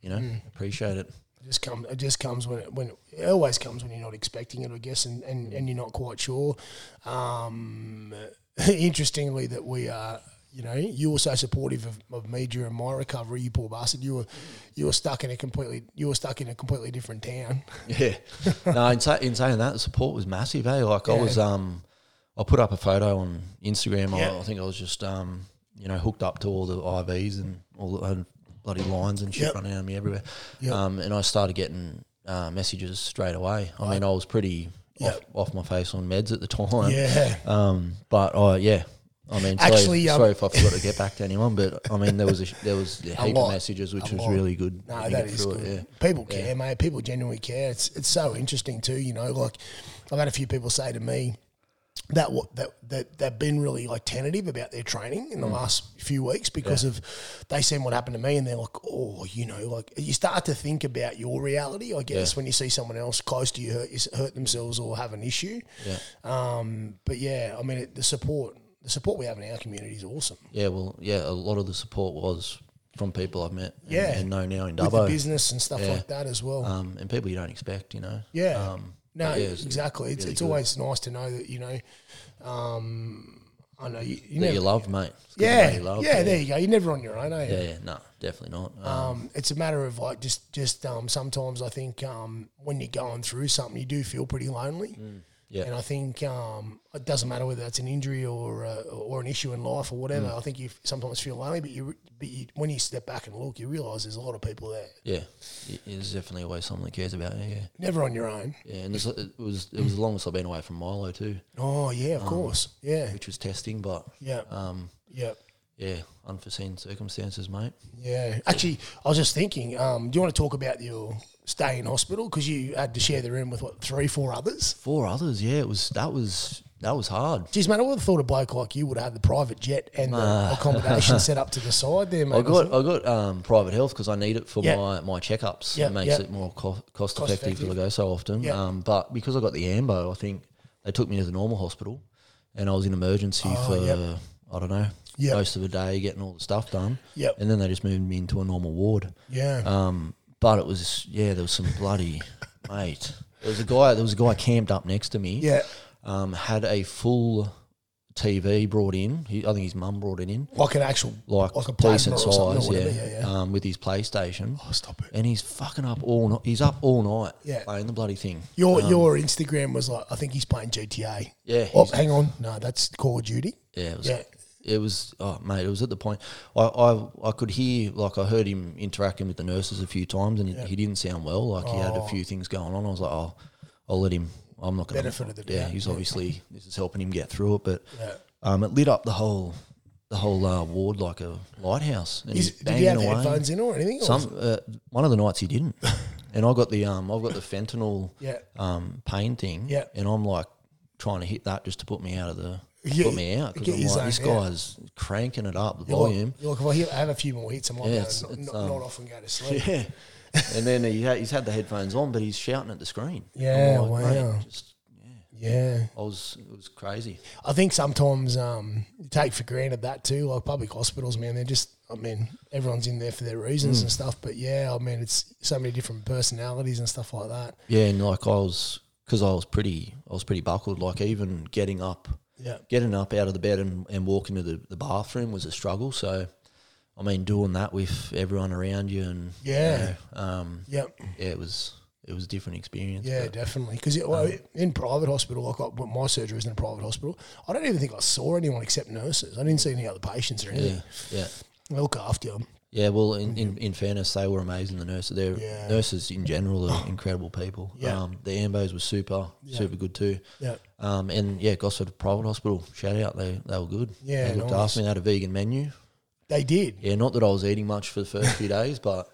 Speaker 2: you know
Speaker 1: Mm.
Speaker 2: appreciate it?
Speaker 1: It just comes. It just comes when it, when it always comes when you're not expecting it, I guess, and and, and you're not quite sure. Um, interestingly, that we are. You know, you were so supportive of, of me during my recovery. You poor bastard. You were, you were stuck in a completely, you were stuck in a completely different town.
Speaker 2: Yeah. no, in, sa- in saying that, the support was massive. Eh, like I
Speaker 1: Yeah.
Speaker 2: was, um, I put up a photo on Instagram.
Speaker 1: Yeah.
Speaker 2: I, I think I was just, um, you know, hooked up to all the IVs and all the and bloody lines and shit
Speaker 1: Yep.
Speaker 2: running out of me everywhere.
Speaker 1: Yep.
Speaker 2: Um, and I started getting uh, messages straight away. I mean, I was pretty off, off my face on meds at the time.
Speaker 1: Yeah.
Speaker 2: Um, but I yeah, I mean, sorry,
Speaker 1: Actually, um,
Speaker 2: sorry if I forgot to get back to anyone, but I mean, there was a sh- there was a heap
Speaker 1: lot.
Speaker 2: of messages, which
Speaker 1: A
Speaker 2: was
Speaker 1: lot.
Speaker 2: really good.
Speaker 1: No,
Speaker 2: to
Speaker 1: that
Speaker 2: get
Speaker 1: is
Speaker 2: through
Speaker 1: good.
Speaker 2: It,
Speaker 1: People care, mate. People genuinely care. It's it's so interesting too. You know, like I've had a few people say to me that what that, that they've been really like tentative about their training
Speaker 2: Mm.
Speaker 1: in the last few weeks because of they seen what happened to me and they're like, oh, you know, like you start to think about your reality. I guess when you see someone else close to you hurt hurt themselves or have an issue.
Speaker 2: yeah,
Speaker 1: Um, but yeah, I mean, it, the support the support we have in our community is awesome.
Speaker 2: yeah, yeah. Well, yeah, a lot of the support was from people I've met. and-
Speaker 1: Yeah.
Speaker 2: and, know now in
Speaker 1: With the
Speaker 2: Dubbo,
Speaker 1: business and stuff
Speaker 2: Yeah.
Speaker 1: like that as well.
Speaker 2: um, and people you don't expect, you know.
Speaker 1: Yeah.
Speaker 2: Um,
Speaker 1: no,
Speaker 2: but yeah, it's-
Speaker 1: exactly. It's,
Speaker 2: really
Speaker 1: it's
Speaker 2: good.
Speaker 1: always nice to know that, you know, um, I know you, you
Speaker 2: that
Speaker 1: never,
Speaker 2: you loved, mate. It's good to know
Speaker 1: yeah,
Speaker 2: you
Speaker 1: yeah,
Speaker 2: loved,
Speaker 1: there you go. You're never on your own, are you?
Speaker 2: yeah, yeah. No, definitely not. Um,
Speaker 1: Um, it's a matter of like just, just um, sometimes I think um, when you're going through something, you do feel pretty lonely.
Speaker 2: Mm, yeah.
Speaker 1: And I think um, it doesn't matter whether that's an injury or uh, or an issue in life or whatever.
Speaker 2: Mm.
Speaker 1: I think you sometimes feel lonely, but you, but you when you step back and look, you realise there's a lot of people there.
Speaker 2: yeah, It- it's definitely always someone that cares about you. Yeah,
Speaker 1: Never on your own.
Speaker 2: yeah. And this, it was it was the longest I've been away from Milo too,
Speaker 1: Oh yeah, of course. Yeah,
Speaker 2: which was testing, but
Speaker 1: yeah,
Speaker 2: um,
Speaker 1: yeah.
Speaker 2: yeah, unforeseen circumstances, mate.
Speaker 1: Yeah. Actually, I was just thinking, um, do you want to talk about your stay in hospital? Because you had to share the room with, what, three, four others?
Speaker 2: Four others, yeah. It was that was that was hard.
Speaker 1: Geez, mate, I would have thought a bloke like you would have had the private jet and the accommodation set up to the side there, mate.
Speaker 2: I got I got um, private health because I need it for
Speaker 1: Yeah.
Speaker 2: my my checkups.
Speaker 1: Yeah,
Speaker 2: it makes
Speaker 1: yeah.
Speaker 2: it more co- cost, effective
Speaker 1: effective.
Speaker 2: to go so often.
Speaker 1: Yeah.
Speaker 2: Um, but because I got the ambo, I think they took me to the normal hospital, and I was in emergency for
Speaker 1: Oh, yep.
Speaker 2: I don't know
Speaker 1: Yep.
Speaker 2: most of the day getting all the stuff done.
Speaker 1: Yep.
Speaker 2: and then they just moved me into a normal ward.
Speaker 1: Yeah.
Speaker 2: Um, but it was yeah, there was some bloody mate. There was a guy. There was a guy camped up next to me.
Speaker 1: yeah.
Speaker 2: um, had a full TV brought in. He, I think his mum brought it in,
Speaker 1: Like an actual,
Speaker 2: like,
Speaker 1: like a plasma
Speaker 2: decent
Speaker 1: or something.
Speaker 2: size,
Speaker 1: Or
Speaker 2: yeah,
Speaker 1: whatever. Yeah, yeah.
Speaker 2: Um, with his PlayStation.
Speaker 1: oh, stop it.
Speaker 2: And he's fucking up all night. He's up all night
Speaker 1: Yeah.
Speaker 2: playing the bloody thing.
Speaker 1: Your, your Instagram was like, I think he's playing GTA.
Speaker 2: Yeah,
Speaker 1: Oh,
Speaker 2: he's-
Speaker 1: hang on. No, that's Call of Duty.
Speaker 2: Yeah, it was.
Speaker 1: Yeah.
Speaker 2: It was, oh mate, it was at the point I, I, I could hear, like, I heard him interacting with the nurses a few times and he, he didn't sound well. Like, he
Speaker 1: Oh.
Speaker 2: had a few things going on. I was like, oh, I'll let him, I'm not going
Speaker 1: Benefit of the
Speaker 2: Yeah,
Speaker 1: doubt,
Speaker 2: he's
Speaker 1: yeah.
Speaker 2: obviously, this is helping him get through it. But
Speaker 1: Yeah.
Speaker 2: um, it lit up the whole the whole uh, ward like a lighthouse. And
Speaker 1: Is,
Speaker 2: he's
Speaker 1: did he have
Speaker 2: banging away.
Speaker 1: headphones in or anything? or was-
Speaker 2: Some uh, one of the nights he didn't, and I got the um I've got the fentanyl
Speaker 1: Yeah.
Speaker 2: um pain thing
Speaker 1: Yeah.
Speaker 2: and I'm like trying to hit that just to put me out of the
Speaker 1: Yeah,
Speaker 2: put me out
Speaker 1: get
Speaker 2: because I'm
Speaker 1: you
Speaker 2: like this
Speaker 1: zoned out.
Speaker 2: guy's cranking it up the
Speaker 1: You're like,
Speaker 2: volume.
Speaker 1: you're like, if I hear- I have a few more hits, I might
Speaker 2: Yeah,
Speaker 1: yeah,
Speaker 2: it's-
Speaker 1: not,
Speaker 2: it's,
Speaker 1: not,
Speaker 2: um,
Speaker 1: not off and go to sleep.
Speaker 2: Yeah, and then he ha- he's had the headphones on, but he's shouting at the screen. I'm
Speaker 1: Yeah,
Speaker 2: like,
Speaker 1: wow.
Speaker 2: mate, just,
Speaker 1: Yeah.
Speaker 2: I was it was crazy.
Speaker 1: I think sometimes um, you take for granted that too. Like public hospitals, man, they're just, I mean, everyone's in there for their reasons and stuff. But yeah, I mean, it's so many different personalities and stuff like that.
Speaker 2: Yeah, and like I was because I was pretty I was pretty buckled. Like even getting up
Speaker 1: Yeah.
Speaker 2: getting up out of the bed and, and walking to the, the bathroom was a struggle. So, I mean, doing that with everyone around you and
Speaker 1: Yeah.
Speaker 2: you know, um,
Speaker 1: Yeah.
Speaker 2: yeah, it was it was a different experience.
Speaker 1: Yeah, Um,
Speaker 2: but-
Speaker 1: definitely. Because well, in private hospital, like I, well, my surgery was in a private hospital, I don't even think I saw anyone except nurses. I didn't see any other patients or anything.
Speaker 2: yeah, yeah,
Speaker 1: They look after you.
Speaker 2: yeah. Well, in, in, in fairness, they were amazing. The nurses, they're
Speaker 1: Yeah.
Speaker 2: nurses in general are incredible people.
Speaker 1: Yeah.
Speaker 2: Um, the ambos were super, super good too.
Speaker 1: Yeah.
Speaker 2: Um, and yeah, Gosford Private Hospital, shout out, they they were good.
Speaker 1: Yeah,
Speaker 2: they looked
Speaker 1: nice.
Speaker 2: after me. They had a vegan menu.
Speaker 1: They did.
Speaker 2: Yeah, not that I was eating much for the first few days, but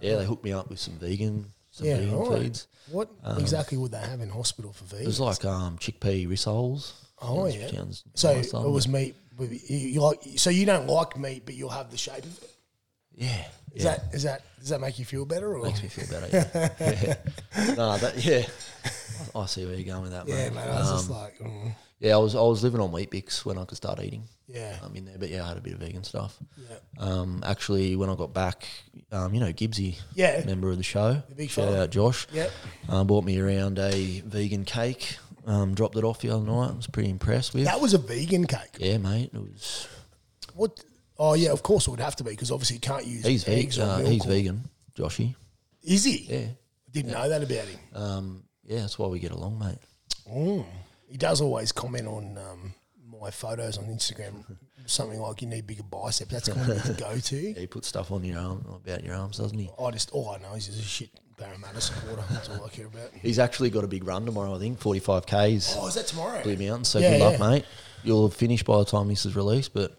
Speaker 2: yeah, they hooked me up with some vegan, some
Speaker 1: Yeah,
Speaker 2: vegan
Speaker 1: right.
Speaker 2: feeds.
Speaker 1: What exactly would they have in hospital for vegans?
Speaker 2: It was like um, chickpea rissoles.
Speaker 1: Oh,
Speaker 2: Sounds-
Speaker 1: yeah.
Speaker 2: sounds
Speaker 1: So
Speaker 2: nice, um, doesn't
Speaker 1: it was meat. With, you, you like so you don't like meat, but you'll have the shape of it.
Speaker 2: Yeah.
Speaker 1: Is
Speaker 2: yeah.
Speaker 1: that is that does that make you feel better? Or?
Speaker 2: makes me feel better. Yeah. yeah. Nah, that, yeah. I I see where you're going with that,
Speaker 1: yeah,
Speaker 2: mate. Uh,
Speaker 1: man. I was
Speaker 2: Um,
Speaker 1: just like, mm,
Speaker 2: Yeah, I was I was living on wheat bix when I could start eating.
Speaker 1: yeah,
Speaker 2: Um, in there, but yeah, I had a bit of vegan stuff.
Speaker 1: yeah,
Speaker 2: Um, actually, when I got back, um, you know Gibbsy,
Speaker 1: Yeah.
Speaker 2: member of the show,
Speaker 1: The big
Speaker 2: shout
Speaker 1: fella.
Speaker 2: out Josh,
Speaker 1: yeah.
Speaker 2: um, bought me around a vegan cake. Um, dropped it off the other night. I was pretty impressed with.
Speaker 1: That was a vegan cake.
Speaker 2: yeah, mate, it was
Speaker 1: What? Oh yeah, of course it would have to be because obviously you can't use
Speaker 2: He's
Speaker 1: eggs
Speaker 2: vegan.
Speaker 1: or
Speaker 2: Uh,
Speaker 1: milk.
Speaker 2: he's
Speaker 1: or-
Speaker 2: vegan, Joshy.
Speaker 1: Is he?
Speaker 2: Yeah.
Speaker 1: Didn't know that about him.
Speaker 2: Um, yeah, that's why we get along, mate.
Speaker 1: Mm. He does always comment on um, my photos on Instagram. Something like you need bigger biceps. That's kind of the go-to.
Speaker 2: Yeah, he puts stuff on your arm about your arms, doesn't he?
Speaker 1: I just all I know is he's a shit Parramatta supporter. That's all I care about.
Speaker 2: He's actually got a big run tomorrow, I think, 45Ks,
Speaker 1: Oh, is that tomorrow?
Speaker 2: Blue Mountains. So
Speaker 1: Yeah,
Speaker 2: good luck,
Speaker 1: yeah.
Speaker 2: mate. You'll finish by the time this is released, but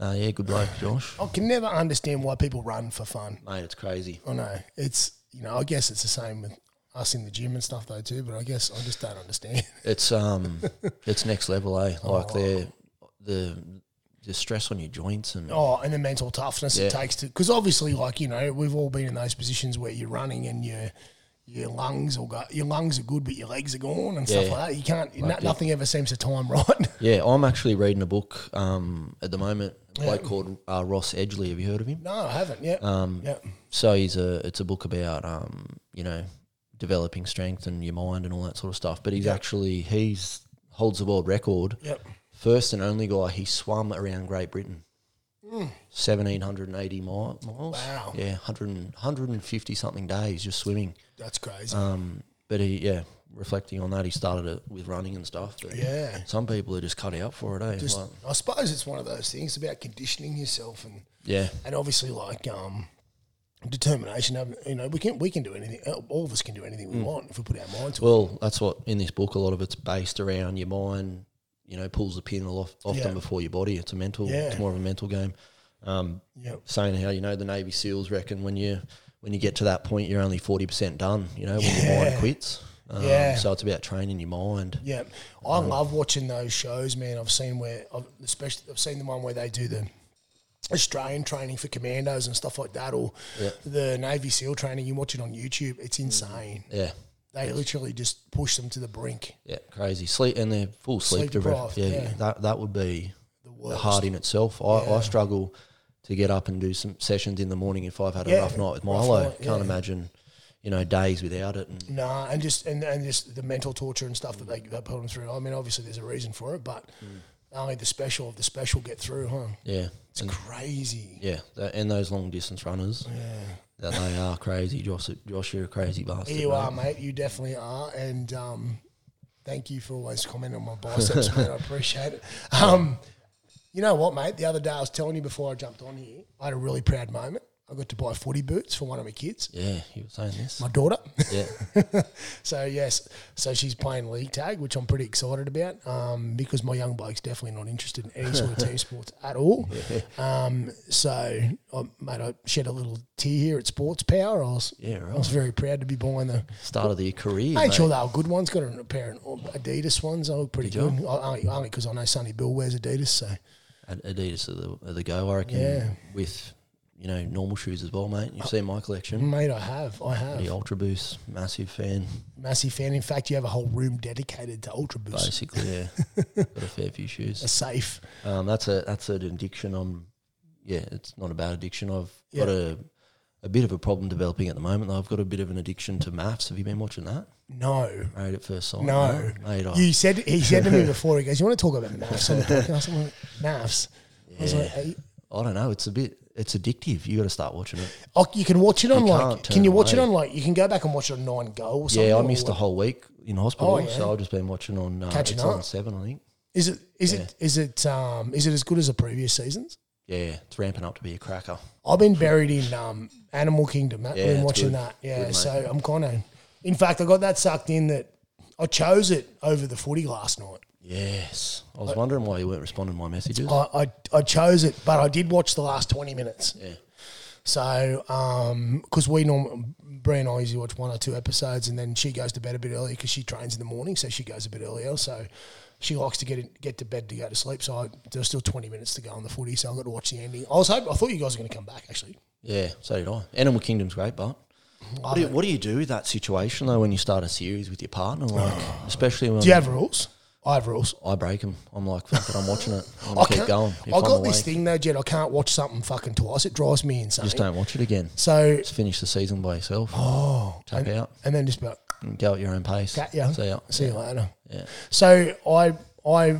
Speaker 2: uh, yeah, good luck, Josh.
Speaker 1: I can never understand why people run for fun.
Speaker 2: Mate, it's crazy.
Speaker 1: I know it's you know I guess it's the same with us in the gym and stuff though too. But I guess I just don't understand.
Speaker 2: It's um, it's next level, eh?
Speaker 1: Oh.
Speaker 2: Like they're the the stress on your joints and
Speaker 1: Oh, and the mental toughness
Speaker 2: Yeah.
Speaker 1: it takes to because obviously, like you know, we've all been in those positions where you're running and your your lungs will go. Your lungs are good, but your legs are gone and stuff
Speaker 2: Yeah.
Speaker 1: like that. You can't. no- nothing ever seems to time right.
Speaker 2: yeah. I'm actually reading a book um at the moment, a bloke called uh, Ross Edgley. Have you heard of him?
Speaker 1: no, I haven't. Yeah.
Speaker 2: Um,
Speaker 1: yeah.
Speaker 2: so he's a it's a book about um you know developing strength and your mind and all that sort of stuff. But he's
Speaker 1: Yeah.
Speaker 2: actually he's holds the world record,
Speaker 1: Yep.
Speaker 2: first and only guy. He swam around Great Britain. 1780 mi- miles.
Speaker 1: Mm. Wow.
Speaker 2: Yeah, 100, 150 something days just swimming.
Speaker 1: That's crazy.
Speaker 2: Um, but he, yeah, reflecting on that, he started it with running and stuff. But
Speaker 1: Yeah.
Speaker 2: some people are just cut out for it, eh?
Speaker 1: Just,
Speaker 2: Like,
Speaker 1: I suppose it's one of those things about conditioning yourself and
Speaker 2: yeah,
Speaker 1: and obviously like um determination. um, You know, we can we can do anything. uh, All of us can do anything we want if we put our mind to it.
Speaker 2: Mm. well, that's what in this book a lot of it's based around. Your mind, you know, pulls the pin a lot often
Speaker 1: Yeah.
Speaker 2: before your body. It's a mental,
Speaker 1: Yeah.
Speaker 2: it's more of a mental game.
Speaker 1: Yep.
Speaker 2: Saying how you know the Navy SEALs reckon when you when you get to that point, you're only forty percent done. You know, when your mind
Speaker 1: Yeah.
Speaker 2: quits. Um,
Speaker 1: Yeah.
Speaker 2: So it's about training your mind.
Speaker 1: Yeah, I love watching those shows, man. I've seen where, I've, especially, I've seen the one where they do the Australian training for commandos and stuff like that, or
Speaker 2: Yeah. Mm.
Speaker 1: the Navy SEAL training. You watch it on YouTube; it's insane.
Speaker 2: Yeah.
Speaker 1: They literally just push them to the brink.
Speaker 2: Yeah, crazy sleep, and they're full sleep,
Speaker 1: Sleep
Speaker 2: deprived.
Speaker 1: deprived,
Speaker 2: Yeah,
Speaker 1: yeah.
Speaker 2: that that would be
Speaker 1: The
Speaker 2: the
Speaker 1: worst.
Speaker 2: hard in itself. I, I struggle to get up and do some sessions in the morning if I've had a
Speaker 1: Yeah,
Speaker 2: rough night with
Speaker 1: rough
Speaker 2: Milo.
Speaker 1: night,
Speaker 2: Can't
Speaker 1: yeah.
Speaker 2: imagine, you know, days without it. And
Speaker 1: Nah, and just and, and just the mental torture and stuff that they they put them through. I mean, obviously there's a reason for it, but
Speaker 2: Mm.
Speaker 1: only the special of the special get through, huh?
Speaker 2: yeah,
Speaker 1: It's crazy.
Speaker 2: yeah, tha- and those long distance runners, that they are crazy. Josh, Josh, you're a crazy bastard.
Speaker 1: You
Speaker 2: mate.
Speaker 1: are, mate. You definitely are. And um, thank you for always commenting on my biceps, mate. I appreciate it. Um, you know what, mate? The other day I was telling you before I jumped on here, I had a really proud moment. I got to buy footy boots for one of my kids,
Speaker 2: Yeah, you were saying this.
Speaker 1: my daughter.
Speaker 2: Yeah,
Speaker 1: so, yes, so she's playing league tag, which I'm pretty excited about um, because my young bloke's definitely not interested in any sort of team sports at all. Um, so, I, mate, I shed a little tear here at Sports Power. I was,
Speaker 2: Yeah,
Speaker 1: I was very proud to be buying the
Speaker 2: start of your career.
Speaker 1: Made
Speaker 2: mate.
Speaker 1: sure they were good ones. Got a pair of Adidas ones. They were pretty good. I- Only only because I know Sonny Bill wears Adidas. So
Speaker 2: Ad- Adidas are the, are the go. I reckon.
Speaker 1: Yeah. Uh,
Speaker 2: With you know normal shoes as well, mate. You've seen my collection.
Speaker 1: mate, I have. I have.
Speaker 2: The Ultra Boost, massive fan.
Speaker 1: Massive fan. In fact, you have a whole room dedicated to Ultra Boost.
Speaker 2: basically. Yeah, got a fair few
Speaker 1: A
Speaker 2: shoes.
Speaker 1: safe.
Speaker 2: Um, that's a that's an addiction. I'm yeah, it's not a bad addiction. I've
Speaker 1: Yeah.
Speaker 2: got a a bit of a problem developing at the moment. Though. I've got a bit of an addiction to maths. Have you been watching that?
Speaker 1: No.
Speaker 2: Married at first sight.
Speaker 1: No.
Speaker 2: mate. I,
Speaker 1: You said he said to me before. He goes, "You want to talk about maths on the podcast?" I'm like, "Maths." I was like, hey,
Speaker 2: I don't know. It's a bit. It's addictive. You got to start watching it.
Speaker 1: oh, "You can watch it on
Speaker 2: can't
Speaker 1: like.
Speaker 2: turn
Speaker 1: Can you watch it
Speaker 2: away.
Speaker 1: on like? You can go back and watch it on Nine Go or something."
Speaker 2: Yeah, I
Speaker 1: or
Speaker 2: missed a
Speaker 1: what?
Speaker 2: whole week in hospital,
Speaker 1: Oh, yeah.
Speaker 2: so I've just been watching on uh,
Speaker 1: Catching
Speaker 2: it's on
Speaker 1: up.
Speaker 2: seven, I think.
Speaker 1: Is it? Is it? Is it? Um, is it as good as the previous seasons?
Speaker 2: Yeah, it's ramping up to be a cracker.
Speaker 1: I've been buried in um, Animal Kingdom. That,
Speaker 2: Yeah,
Speaker 1: been
Speaker 2: it's
Speaker 1: watching
Speaker 2: good.
Speaker 1: that. Yeah,
Speaker 2: Good, mate.
Speaker 1: so I'm kind of. In fact, I got that sucked in that I chose it over the footy last night.
Speaker 2: Yes, I was wondering why you weren't responding to my messages.
Speaker 1: Uh, I, I, I chose it, but I did watch the last 20 minutes.
Speaker 2: Yeah.
Speaker 1: So, because we normally, Brie and I usually watch one or two episodes, and then she goes to bed a bit earlier because she trains in the morning, so she goes a bit earlier. So, she likes to get in, get to bed to go to sleep. So, I, there's still 20 minutes to go on the footy, so I got to watch the ending. I was hoping, I thought you guys were going to come back actually.
Speaker 2: Yeah, so did I. Animal Kingdom's great, but what do, you, what do you do with that situation though when you start a series with your partner? Like, especially when
Speaker 1: Do you have rules? I have rules.
Speaker 2: I break them, I'm like, fuck it, I'm watching it. I'm
Speaker 1: I
Speaker 2: gonna keep
Speaker 1: can't-
Speaker 2: going.
Speaker 1: I
Speaker 2: If I'm
Speaker 1: got this
Speaker 2: awake,
Speaker 1: thing though, Jed. I can't watch something fucking twice. It drives me insane.
Speaker 2: Just don't watch it again.
Speaker 1: so
Speaker 2: Just finish the season by yourself. Oh, tap out
Speaker 1: and then just about
Speaker 2: and go at your own pace.
Speaker 1: cat yeah.
Speaker 2: See ya.
Speaker 1: See you later.
Speaker 2: Yeah.
Speaker 1: So I I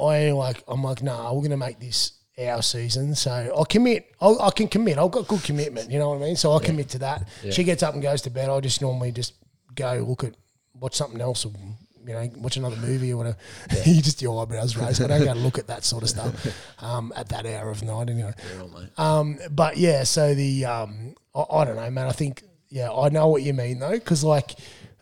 Speaker 1: I like I'm like nah. We're gonna make this our season. So I commit. I, I can commit. I've got good commitment. You know what I mean. So I commit to that. She gets up and goes to bed. I just normally just go look at watch something else or. You know, watch another movie or whatever. you just your eyebrows raised. I don't go to look at that sort of stuff um, at that hour of night anyway.
Speaker 2: You're on, mate.
Speaker 1: Um, but yeah, so the um, I, I don't know, man. I think yeah, I know what you mean though, because like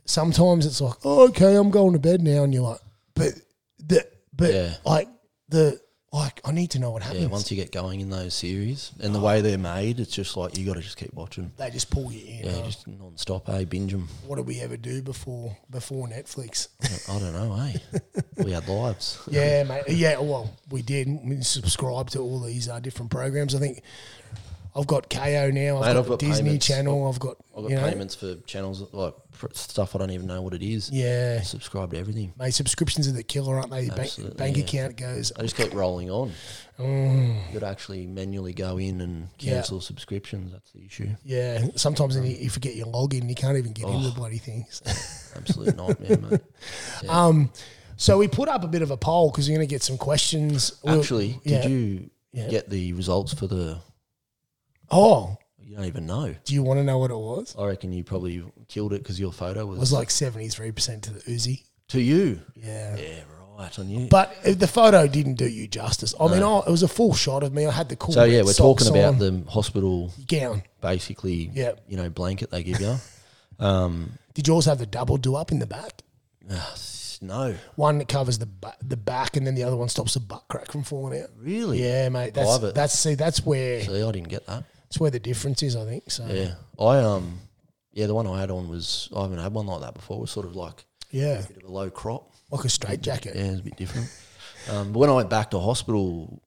Speaker 1: sometimes it's like, oh, okay, I'm going to bed now, and you're like, but the but
Speaker 2: Yeah.
Speaker 1: like the like I need to know what happens.
Speaker 2: Yeah, once you get going in those series and the way they're made, it's just like you got to just keep watching.
Speaker 1: they just pull you in.
Speaker 2: Yeah,
Speaker 1: eh?
Speaker 2: just non-stop, eh? Binge them.
Speaker 1: what did we ever do before before Netflix?
Speaker 2: I don't know, eh? we had lives.
Speaker 1: yeah, mate. Yeah, well, we did. We subscribed to all these uh, different programs. I think I've got KO now. I've,
Speaker 2: Mate,
Speaker 1: got,
Speaker 2: I've got
Speaker 1: the Disney
Speaker 2: payments.
Speaker 1: Channel. I've got,
Speaker 2: I got
Speaker 1: you know,
Speaker 2: payments for channels like pr- stuff I don't even know what it is.
Speaker 1: yeah.
Speaker 2: I subscribe to everything.
Speaker 1: Mate, subscriptions are the killer, aren't they? Bank,
Speaker 2: Absolutely,
Speaker 1: bank
Speaker 2: yeah.
Speaker 1: account goes. "Mm."
Speaker 2: I just keep rolling on. You got to actually manually go in and
Speaker 1: Yeah.
Speaker 2: cancel subscriptions. That's the issue.
Speaker 1: Yeah, sometimes then you, you forget your login. You can't even get into the bloody things.
Speaker 2: Absolute nightmare, mate.
Speaker 1: Um, so we put up a bit of a poll because we're going to get some questions. We'll-
Speaker 2: Actually,
Speaker 1: yeah.
Speaker 2: did you
Speaker 1: Yeah.
Speaker 2: get the results for the?
Speaker 1: Oh,
Speaker 2: You don't even know.
Speaker 1: do you want to know what it was?
Speaker 2: I reckon you probably killed it because your photo was,
Speaker 1: It was like seventy three percent to the Uzi.
Speaker 2: to you.
Speaker 1: Yeah.
Speaker 2: Yeah, right on you.
Speaker 1: But uh, the photo didn't do you justice. I mean, I, it was a full shot of me. I had the cool.
Speaker 2: so yeah,
Speaker 1: red
Speaker 2: we're
Speaker 1: socks
Speaker 2: talking about
Speaker 1: on,
Speaker 2: the hospital
Speaker 1: gown.
Speaker 2: basically.
Speaker 1: Yeah.
Speaker 2: you know blanket they give you. um,
Speaker 1: Did yours have the double do up in the back?
Speaker 2: ah, s- no,
Speaker 1: One that covers the ba- the back, and then the other one stops the butt crack from falling out.
Speaker 2: really.
Speaker 1: Yeah, mate. That's
Speaker 2: Private.
Speaker 1: that's see, that's where
Speaker 2: See, I didn't get that.
Speaker 1: that's where the difference is. I think so.
Speaker 2: Yeah, I um, yeah, the one I had on was I haven't had one like that before. It was sort of like
Speaker 1: Yeah,
Speaker 2: a bit of a low crop.
Speaker 1: like a straight jacket.
Speaker 2: Yeah, it was a bit different. Um, but when I went back to hospital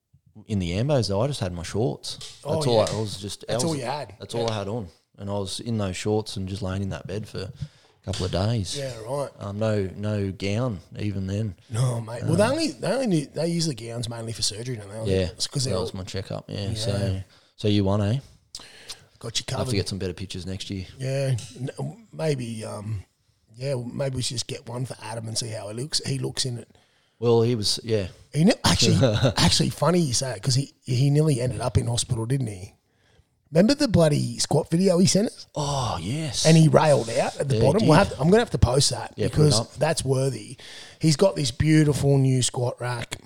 Speaker 2: in the ambos, though, I just had my shorts.
Speaker 1: Oh,
Speaker 2: That's all
Speaker 1: yeah.
Speaker 2: I, I was just.
Speaker 1: That's
Speaker 2: I
Speaker 1: all
Speaker 2: was-
Speaker 1: you had.
Speaker 2: That's all I had on, and I was in those shorts and just laying in that bed for a couple of days.
Speaker 1: Yeah, right.
Speaker 2: Um, no, no gown even then.
Speaker 1: No, mate. Well, they only they only they use the gowns mainly for surgery, don't they?
Speaker 2: Yeah,
Speaker 1: because they
Speaker 2: that
Speaker 1: all
Speaker 2: was my checkup. Yeah, so so you won, eh?
Speaker 1: got you
Speaker 2: I have
Speaker 1: covered.
Speaker 2: to get some better pictures next year.
Speaker 1: Yeah, N- maybe. Um, yeah, well, maybe we should just get one for Adam and see how he looks. He looks in it.
Speaker 2: Well, he was yeah.
Speaker 1: He ne- actually, actually, funny you say it because he he nearly ended up in hospital, didn't he? Remember the bloody squat video he sent us,
Speaker 2: Oh yes,
Speaker 1: and he railed out at the
Speaker 2: Yeah, he
Speaker 1: bottom. We'll
Speaker 2: did.
Speaker 1: have to- I'm going to have to post that
Speaker 2: Yeah, put it up.
Speaker 1: because that's worthy. He's got this beautiful new squat rack.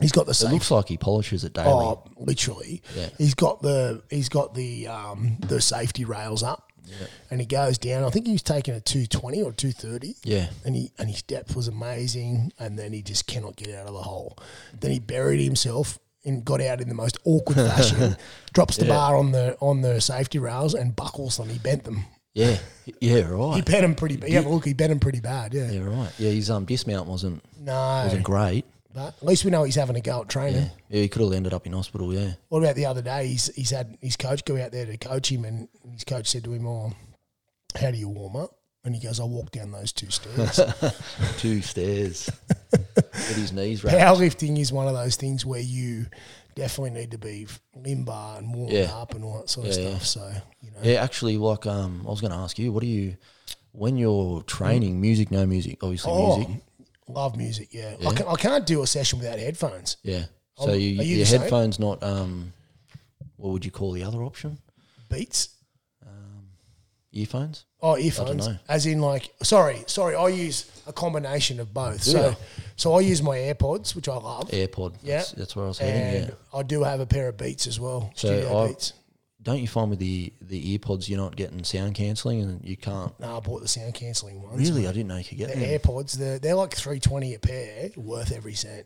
Speaker 1: He's got the
Speaker 2: it
Speaker 1: same
Speaker 2: looks like he polishes it daily.
Speaker 1: Oh, literally.
Speaker 2: Yeah.
Speaker 1: He's got the he's got the um, the safety rails up, and he goes down. I think he was taking a two twenty or two thirty.
Speaker 2: Yeah.
Speaker 1: And he and his depth was amazing, and then he just cannot get out of the hole. Then he buried himself and got out in the most awkward fashion. drops the bar on the on the safety rails and buckles them. He bent them.
Speaker 2: Yeah, yeah,
Speaker 1: He
Speaker 2: right.
Speaker 1: bent them pretty. Yeah, look, he bent them pretty bad. Yeah.
Speaker 2: Yeah, right. Yeah, his um dismount wasn't
Speaker 1: No,
Speaker 2: wasn't great.
Speaker 1: but at least we know he's having a go at training.
Speaker 2: Yeah, he could have ended up in hospital. Yeah,
Speaker 1: What about the other day? He's he's had his coach go out there to coach him, and his coach said to him, "Oh, how do you warm up?" And he goes, "I walk down those two stairs."
Speaker 2: two stairs with his knees wrapped.
Speaker 1: Powerlifting is one of those things where you definitely need to be limber and warmed
Speaker 2: Yeah.
Speaker 1: up and all that sort of
Speaker 2: Yeah, yeah.
Speaker 1: stuff. So you know,
Speaker 2: Yeah, actually, like um, I was going to ask you, what do you when you're training? Music, no music, obviously
Speaker 1: Oh,
Speaker 2: music.
Speaker 1: love music. Yeah, I, can, I can't do a session without headphones.
Speaker 2: Yeah.
Speaker 1: Oh,
Speaker 2: So
Speaker 1: are
Speaker 2: you,
Speaker 1: you the
Speaker 2: your
Speaker 1: same?
Speaker 2: headphones not um, what would you call the other option?
Speaker 1: Beats.
Speaker 2: Earphones.
Speaker 1: Oh, earphones.
Speaker 2: know.
Speaker 1: As in, like, sorry, sorry. I use a combination of both. So,
Speaker 2: Yeah.
Speaker 1: so I use my AirPods, which I love.
Speaker 2: AirPod.
Speaker 1: Yeah.
Speaker 2: That's, that's where I was heading.
Speaker 1: And
Speaker 2: Yeah.
Speaker 1: I do have a pair of Beats as well,
Speaker 2: So
Speaker 1: studio
Speaker 2: I-
Speaker 1: Beats.
Speaker 2: Don't you find with the the earpods you're not getting sound cancelling and you can't
Speaker 1: No, I bought the sound cancelling ones.
Speaker 2: really? I didn't know you could get
Speaker 1: The
Speaker 2: them.
Speaker 1: AirPods, they're, they're like three twenty a pair, worth every cent.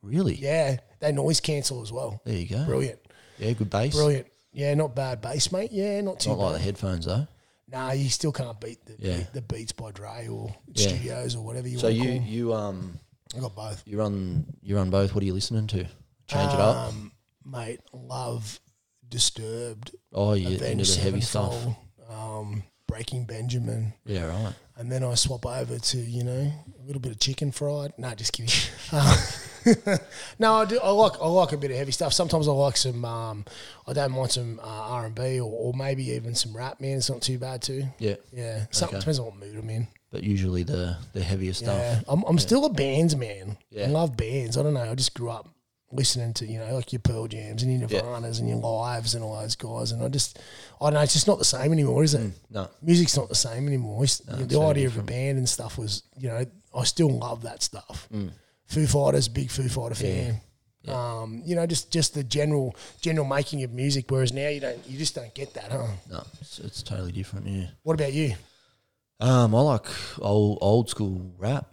Speaker 2: really?
Speaker 1: Yeah, they noise cancel as well.
Speaker 2: There you go.
Speaker 1: Brilliant,
Speaker 2: Yeah, good bass.
Speaker 1: brilliant. Yeah, not bad bass, mate. Yeah, not too
Speaker 2: Not like
Speaker 1: bad.
Speaker 2: the headphones though.
Speaker 1: Nah, you still can't beat the,
Speaker 2: Yeah.
Speaker 1: the Beats by Dre or
Speaker 2: Yeah.
Speaker 1: Studios or whatever you
Speaker 2: So
Speaker 1: want to
Speaker 2: you
Speaker 1: call them.
Speaker 2: you um
Speaker 1: I got both.
Speaker 2: you run you run both. What are you listening to? Change it up.
Speaker 1: Um, mate, love, Disturbed,
Speaker 2: Oh, you into
Speaker 1: Avenged
Speaker 2: the heavy stuff.
Speaker 1: Sevenfold, um, Breaking Benjamin.
Speaker 2: Yeah, right.
Speaker 1: And then I swap over to, you know, a little bit of chicken fried. No, just kidding. Uh, no, I do. I like I like a bit of heavy stuff. Sometimes I like some. Um, I don't mind some uh, R and B or, or maybe even some rap. Man, it's not too bad too.
Speaker 2: Yeah,
Speaker 1: Yeah, some,
Speaker 2: Okay.
Speaker 1: depends on what mood I'm in.
Speaker 2: but usually the the heavier stuff.
Speaker 1: Yeah, I'm, I'm still a bands man.
Speaker 2: Yeah.
Speaker 1: I love bands. I don't know. I just grew up listening to you know like your Pearl Jams and your
Speaker 2: Yeah.
Speaker 1: Nirvanas and your Lives and all those guys. And I just I don't know. It's just not the same anymore, is it?
Speaker 2: No,
Speaker 1: music's not the same anymore. It's- the
Speaker 2: so
Speaker 1: idea of a band and
Speaker 2: Mm.
Speaker 1: stuff was, you know, I still love that stuff. Foo Fighters, big Foo Fighter fan. Um, you know, just just the general general making of music. Whereas now you don't, you just don't get that, huh?
Speaker 2: No, it's, it's totally different. Yeah.
Speaker 1: What about you?
Speaker 2: Um, I like old old school rap.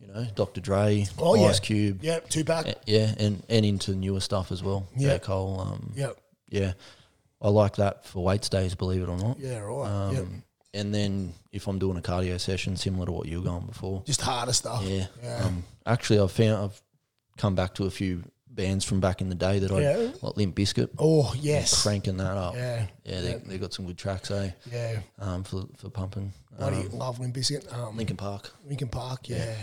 Speaker 2: You know, Dr. Dre,
Speaker 1: Oh, yeah.
Speaker 2: Ice Cube.
Speaker 1: Yeah, Tupac.
Speaker 2: A- Yeah, and, and into newer stuff as well.
Speaker 1: Yeah.
Speaker 2: J. Cole. Um,
Speaker 1: Yep.
Speaker 2: Yeah. I like that for weight stays, believe it or not.
Speaker 1: Yeah, right.
Speaker 2: Um,
Speaker 1: yep.
Speaker 2: And then if I'm doing a cardio session, similar to what you were going before.
Speaker 1: Just harder stuff.
Speaker 2: Yeah.
Speaker 1: Yeah.
Speaker 2: Um, actually, I've found I've come back to a few bands from back in the day that I
Speaker 1: Yeah.
Speaker 2: like Limp Biscuit,
Speaker 1: Oh yes.
Speaker 2: cranking that up.
Speaker 1: Yeah.
Speaker 2: Yeah, they, they got some good tracks, eh?
Speaker 1: Yeah.
Speaker 2: Um, for for pumping.
Speaker 1: Bloody
Speaker 2: Um,
Speaker 1: love Limp Bizkit. Um,
Speaker 2: Lincoln Park.
Speaker 1: Lincoln Park, yeah.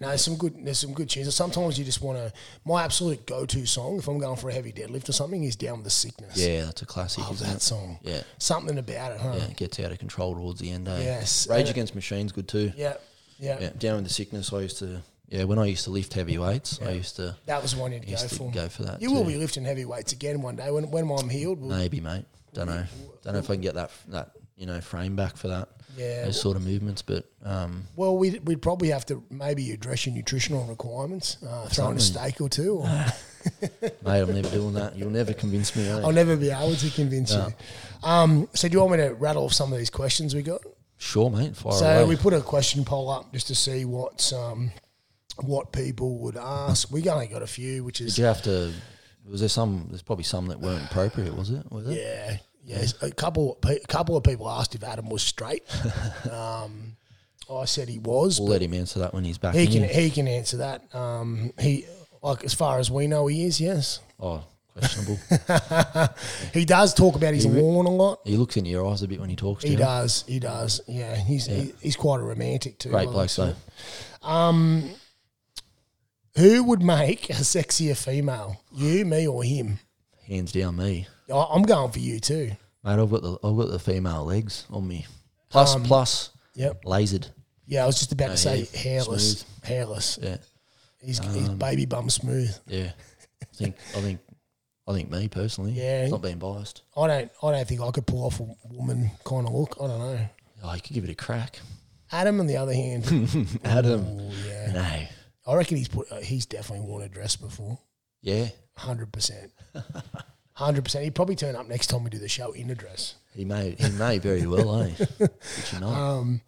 Speaker 1: No, there's some good. There's some good tunes. Sometimes you just want to. My absolute go-to song, if I'm going for a heavy deadlift or something, is "Down with the Sickness."
Speaker 2: Yeah, that's a classic.
Speaker 1: love
Speaker 2: isn't
Speaker 1: that
Speaker 2: it?
Speaker 1: song.
Speaker 2: Yeah.
Speaker 1: something about it, huh?
Speaker 2: Yeah, it gets out of control towards the end. Eh?
Speaker 1: Yes.
Speaker 2: Rage Against Machines, good too.
Speaker 1: Yeah, yeah.
Speaker 2: Yeah. Down with the sickness. I used to. Yeah, when I used to lift heavy weights, I used to
Speaker 1: That was the one you'd go
Speaker 2: used to
Speaker 1: for.
Speaker 2: go for that.
Speaker 1: you
Speaker 2: too.
Speaker 1: will be lifting heavy weights again one day when, when I'm healed. We'll,
Speaker 2: Maybe, mate. Don't know. Don't know if I can get that that you know frame back for that.
Speaker 1: Yeah.
Speaker 2: Those sort of movements, but um,
Speaker 1: Well, we'd, we'd probably have to maybe address your nutritional requirements, uh, throw in a
Speaker 2: Something.
Speaker 1: steak or two. Or
Speaker 2: mate, I'm never doing that. You'll never convince me. eh?
Speaker 1: I'll never be able to convince you. Um, so, do you want me to rattle off some of these questions we got?
Speaker 2: Sure, mate. Fire
Speaker 1: So
Speaker 2: away.
Speaker 1: we put a question poll up just to see what um, what people would ask. We only got a few, which
Speaker 2: Did
Speaker 1: is
Speaker 2: you have to? Was there some? There's probably some that weren't appropriate. Was it? Was it?
Speaker 1: yeah, yes. A couple a couple of people asked if Adam was straight. um, I said he was.
Speaker 2: We'll let him answer that when he's back.
Speaker 1: He
Speaker 2: in
Speaker 1: can
Speaker 2: here.
Speaker 1: he can answer that. Um, he like as far as we know, he is yes.
Speaker 2: Oh, questionable.
Speaker 1: He does talk about his lawn a lot.
Speaker 2: he looks in your eyes a bit when he talks.
Speaker 1: He
Speaker 2: to you.
Speaker 1: does. He does. Yeah, he's He, he's quite a romantic too.
Speaker 2: Great
Speaker 1: I
Speaker 2: bloke,
Speaker 1: like
Speaker 2: though.
Speaker 1: that. Who would make a sexier female? You, me, or him?
Speaker 2: Hands down, me.
Speaker 1: I- I'm going for you too.
Speaker 2: Mate, I've got the I've got the female legs on me. Plus,
Speaker 1: Um,
Speaker 2: plus,
Speaker 1: Yep.
Speaker 2: lasered.
Speaker 1: Yeah, I was just about to say
Speaker 2: hair.
Speaker 1: hairless. Hairless.
Speaker 2: Yeah,
Speaker 1: He's, he's baby bum smooth.
Speaker 2: yeah. I think I think I think me personally.
Speaker 1: Yeah.
Speaker 2: not being biased.
Speaker 1: I don't. I don't think I could pull off a woman kind of look. I don't know.
Speaker 2: Oh, you could give it a crack.
Speaker 1: Adam, on the other hand,
Speaker 2: Adam.
Speaker 1: oh, yeah,
Speaker 2: No.
Speaker 1: I reckon he's put. Uh, he's definitely worn a dress before.
Speaker 2: Yeah.
Speaker 1: Hundred percent. Hundred percent. He'd probably turn up next time we do the show in a dress.
Speaker 2: He may he may very well, eh? But you not.
Speaker 1: Um,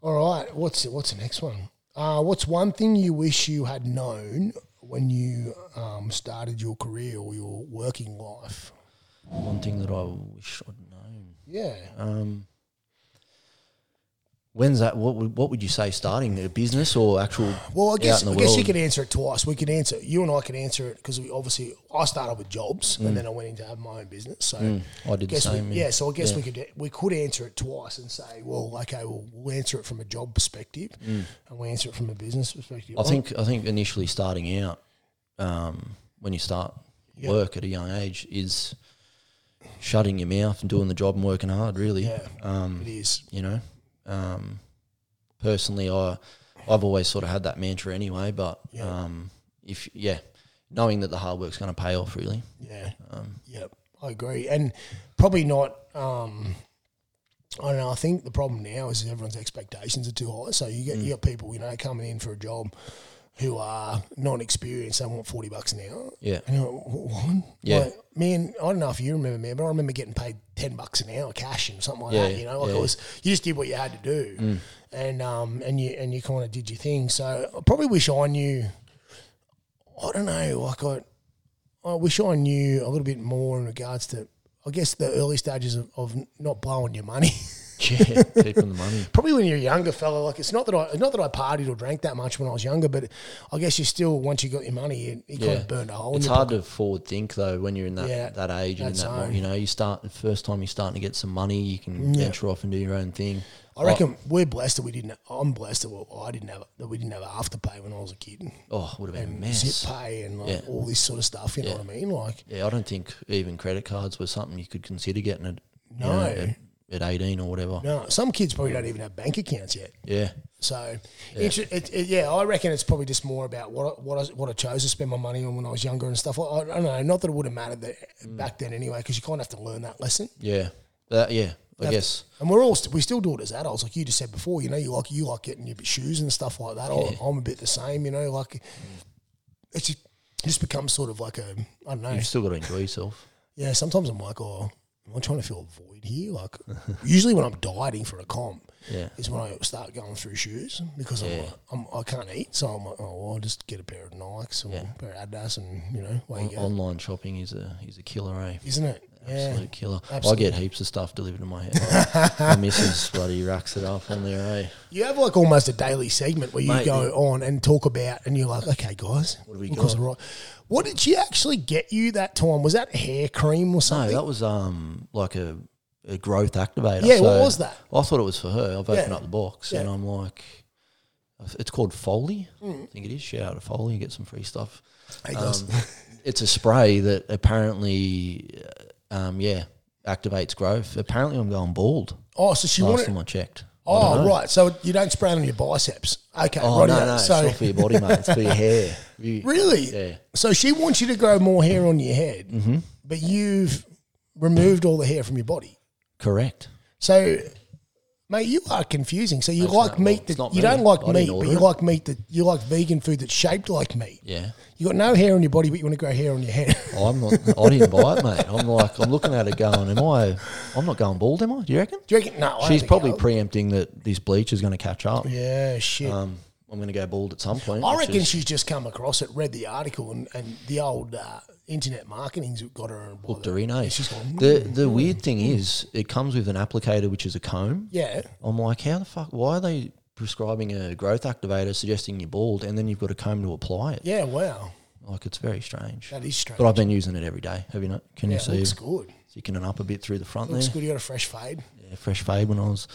Speaker 1: All right. What's what's the next one? Uh, what's one thing you wish you had known when you um, started your career or your working life?
Speaker 2: One thing that I wish I'd known.
Speaker 1: Yeah.
Speaker 2: Um When's that? What would, what would you say? Starting a business or actual?
Speaker 1: Well, I
Speaker 2: out
Speaker 1: guess I
Speaker 2: in the
Speaker 1: guess you
Speaker 2: world?
Speaker 1: could answer it twice. We could answer you and I could answer it because we obviously I started with jobs and then I went into have my own business. So
Speaker 2: I did the
Speaker 1: guess
Speaker 2: Mm. same.
Speaker 1: we,
Speaker 2: yeah.
Speaker 1: yeah. So I guess we could we could answer it twice and say, well, okay, well, we'll answer it from a job perspective and we will answer it from a business perspective.
Speaker 2: Mm. I think I think initially starting out, um, when you start work at a young age, is shutting your mouth and doing the job and working hard. Really,
Speaker 1: Yeah.
Speaker 2: um,
Speaker 1: it is.
Speaker 2: you know. Um, personally, I I've always sort of had that mantra anyway. But
Speaker 1: Yeah.
Speaker 2: um, if yeah, knowing that the hard work's going to pay off, really.
Speaker 1: Yeah.
Speaker 2: Um,
Speaker 1: Yeah, I agree, and probably not. Um, I don't know. I think the problem now is everyone's expectations are too high. So you
Speaker 2: Mm.
Speaker 1: get you got people you know coming in for a job who are not experienced. They want forty bucks an hour.
Speaker 2: Yeah.
Speaker 1: and you're like, "Wha- what?
Speaker 2: Yeah.
Speaker 1: Like, man. I don't know if you remember, man, but I remember getting paid ten bucks an hour cash and something like
Speaker 2: Yeah,
Speaker 1: that. You know, like
Speaker 2: yeah. Mm.
Speaker 1: it was you just did what you had to do, and um and you and you kind of did your thing. So I probably wish I knew. I don't know. Like I. I wish I knew a little bit more in regards to, I guess, the early stages of, of not blowing your money.
Speaker 2: Yeah, keeping the money.
Speaker 1: Probably when you're a younger fella, like it's not that I not that I partied or drank that much when I was younger, but I guess you still once you got your money, you, you kind
Speaker 2: Yeah.
Speaker 1: of burned a hole.
Speaker 2: It's
Speaker 1: in your
Speaker 2: hard to forward think though when you're in that,
Speaker 1: Yeah,
Speaker 2: that age and in
Speaker 1: that's
Speaker 2: that mo-
Speaker 1: hard.
Speaker 2: you know you start the first time you're starting to get some money you can venture off and do your own thing.
Speaker 1: I reckon
Speaker 2: Oh.
Speaker 1: we're blessed that we didn't. I'm blessed that well, I didn't have that we didn't have afterpay when I was a kid.
Speaker 2: Oh, would have been a
Speaker 1: Zip
Speaker 2: mess.
Speaker 1: pay and like
Speaker 2: Yeah.
Speaker 1: all this sort of stuff. You know what I mean? Like
Speaker 2: Yeah, I don't think even credit cards were something you could consider getting at you know,
Speaker 1: No.
Speaker 2: at, at eighteen or whatever.
Speaker 1: no, some kids probably don't even have bank accounts yet.
Speaker 2: Yeah,
Speaker 1: So, yeah. It, it, yeah, I reckon it's probably just more about what I, what I, what I chose to spend my money on when I was younger and stuff. I, I don't know. Not that it would have mattered that
Speaker 2: Mm.
Speaker 1: back then anyway, because you kind of have to learn that lesson.
Speaker 2: yeah, that, yeah. I
Speaker 1: Have-
Speaker 2: guess
Speaker 1: And we're all st- we still do it as adults, like you just said before. You know, you like you like getting your shoes and stuff like that. I, I'm a bit the same. You know, like it's just, just becomes sort of like a I don't know.
Speaker 2: You've still got to enjoy yourself.
Speaker 1: Yeah, sometimes I'm like, oh, am I trying to fill a void here? Like, usually when I'm dieting for a comp,
Speaker 2: Yeah.
Speaker 1: is when I start going through shoes because I'm
Speaker 2: Yeah.
Speaker 1: like, I'm, I can't eat, so I'm like, oh, well, I'll just get a pair of Nikes or
Speaker 2: Yeah.
Speaker 1: a pair of Adidas, and you know, where you
Speaker 2: On-
Speaker 1: go,
Speaker 2: online shopping is a is a killer, eh?
Speaker 1: isn't it?
Speaker 2: Absolute killer. I
Speaker 1: Absolutely.
Speaker 2: get heaps of stuff delivered to my house. my missus bloody racks it up on there, eh?
Speaker 1: You have like almost a daily segment where you
Speaker 2: Mate,
Speaker 1: go on and talk about, and you're like, okay, guys, what
Speaker 2: do we got?
Speaker 1: Right. What did she actually get you that time? Was that hair cream or
Speaker 2: No,
Speaker 1: something?
Speaker 2: that was um like a, a growth activator.
Speaker 1: Yeah, what was that?
Speaker 2: I thought it was for her. I've opened
Speaker 1: Yeah.
Speaker 2: up the box and
Speaker 1: Yeah.
Speaker 2: I'm like, it's called Foley.
Speaker 1: Mm.
Speaker 2: I think it is. Shout out to Foley and get some free stuff.
Speaker 1: hey,
Speaker 2: um,
Speaker 1: guys.
Speaker 2: It's a spray that apparently, uh, um, yeah, activates growth. Apparently, I'm going bald.
Speaker 1: oh, so she
Speaker 2: Last
Speaker 1: wanted.
Speaker 2: time I checked. I don't
Speaker 1: Oh,
Speaker 2: know.
Speaker 1: right. So you don't spray it on your biceps. Okay.
Speaker 2: Oh
Speaker 1: right
Speaker 2: no, no,
Speaker 1: so
Speaker 2: it's not for your body, mate. It's for your hair. You-
Speaker 1: really,
Speaker 2: Yeah. Mm-hmm.
Speaker 1: So she wants you to grow more hair on your head, but you've removed all the hair from your body.
Speaker 2: Correct.
Speaker 1: So, mate, you are confusing. So you
Speaker 2: That's
Speaker 1: like
Speaker 2: not- well,
Speaker 1: meat
Speaker 2: it's
Speaker 1: that
Speaker 2: not
Speaker 1: you
Speaker 2: me.
Speaker 1: don't like
Speaker 2: I didn't
Speaker 1: meat, but
Speaker 2: order
Speaker 1: you
Speaker 2: it.
Speaker 1: like meat that you like vegan food that's shaped like meat.
Speaker 2: Yeah.
Speaker 1: You got no hair on your body, but you want to grow hair on your head.
Speaker 2: I'm not. I didn't buy it, mate. I'm like, I'm looking at it going, am I? I'm not going bald, am I? Do you reckon?
Speaker 1: Do you reckon? No, I don't
Speaker 2: She's
Speaker 1: think
Speaker 2: probably
Speaker 1: I would.
Speaker 2: preempting that this bleach is going to catch up.
Speaker 1: yeah, shit.
Speaker 2: Um, I'm going to go bald at some point.
Speaker 1: I
Speaker 2: which
Speaker 1: reckon
Speaker 2: is-
Speaker 1: she's just come across it, read the article, and, and the old uh, internet marketing's got her. by
Speaker 2: hooked
Speaker 1: the-
Speaker 2: her in, eh?
Speaker 1: She's gone.
Speaker 2: The the
Speaker 1: mm,
Speaker 2: weird thing is, it comes with an applicator, which is a comb.
Speaker 1: Yeah,
Speaker 2: I'm like, how the fuck? Why are they prescribing a growth activator, suggesting you're bald, and then you've got a comb to apply it?
Speaker 1: yeah. Wow,
Speaker 2: Like, it's very strange.
Speaker 1: that is strange.
Speaker 2: But I've been using it every day. Have you not? Can
Speaker 1: yeah,
Speaker 2: you
Speaker 1: it
Speaker 2: see?
Speaker 1: looks
Speaker 2: It's
Speaker 1: good.
Speaker 2: Thickening up a bit through the front
Speaker 1: Looks
Speaker 2: there.
Speaker 1: good. You got a fresh fade.
Speaker 2: Yeah, fresh fade when I was.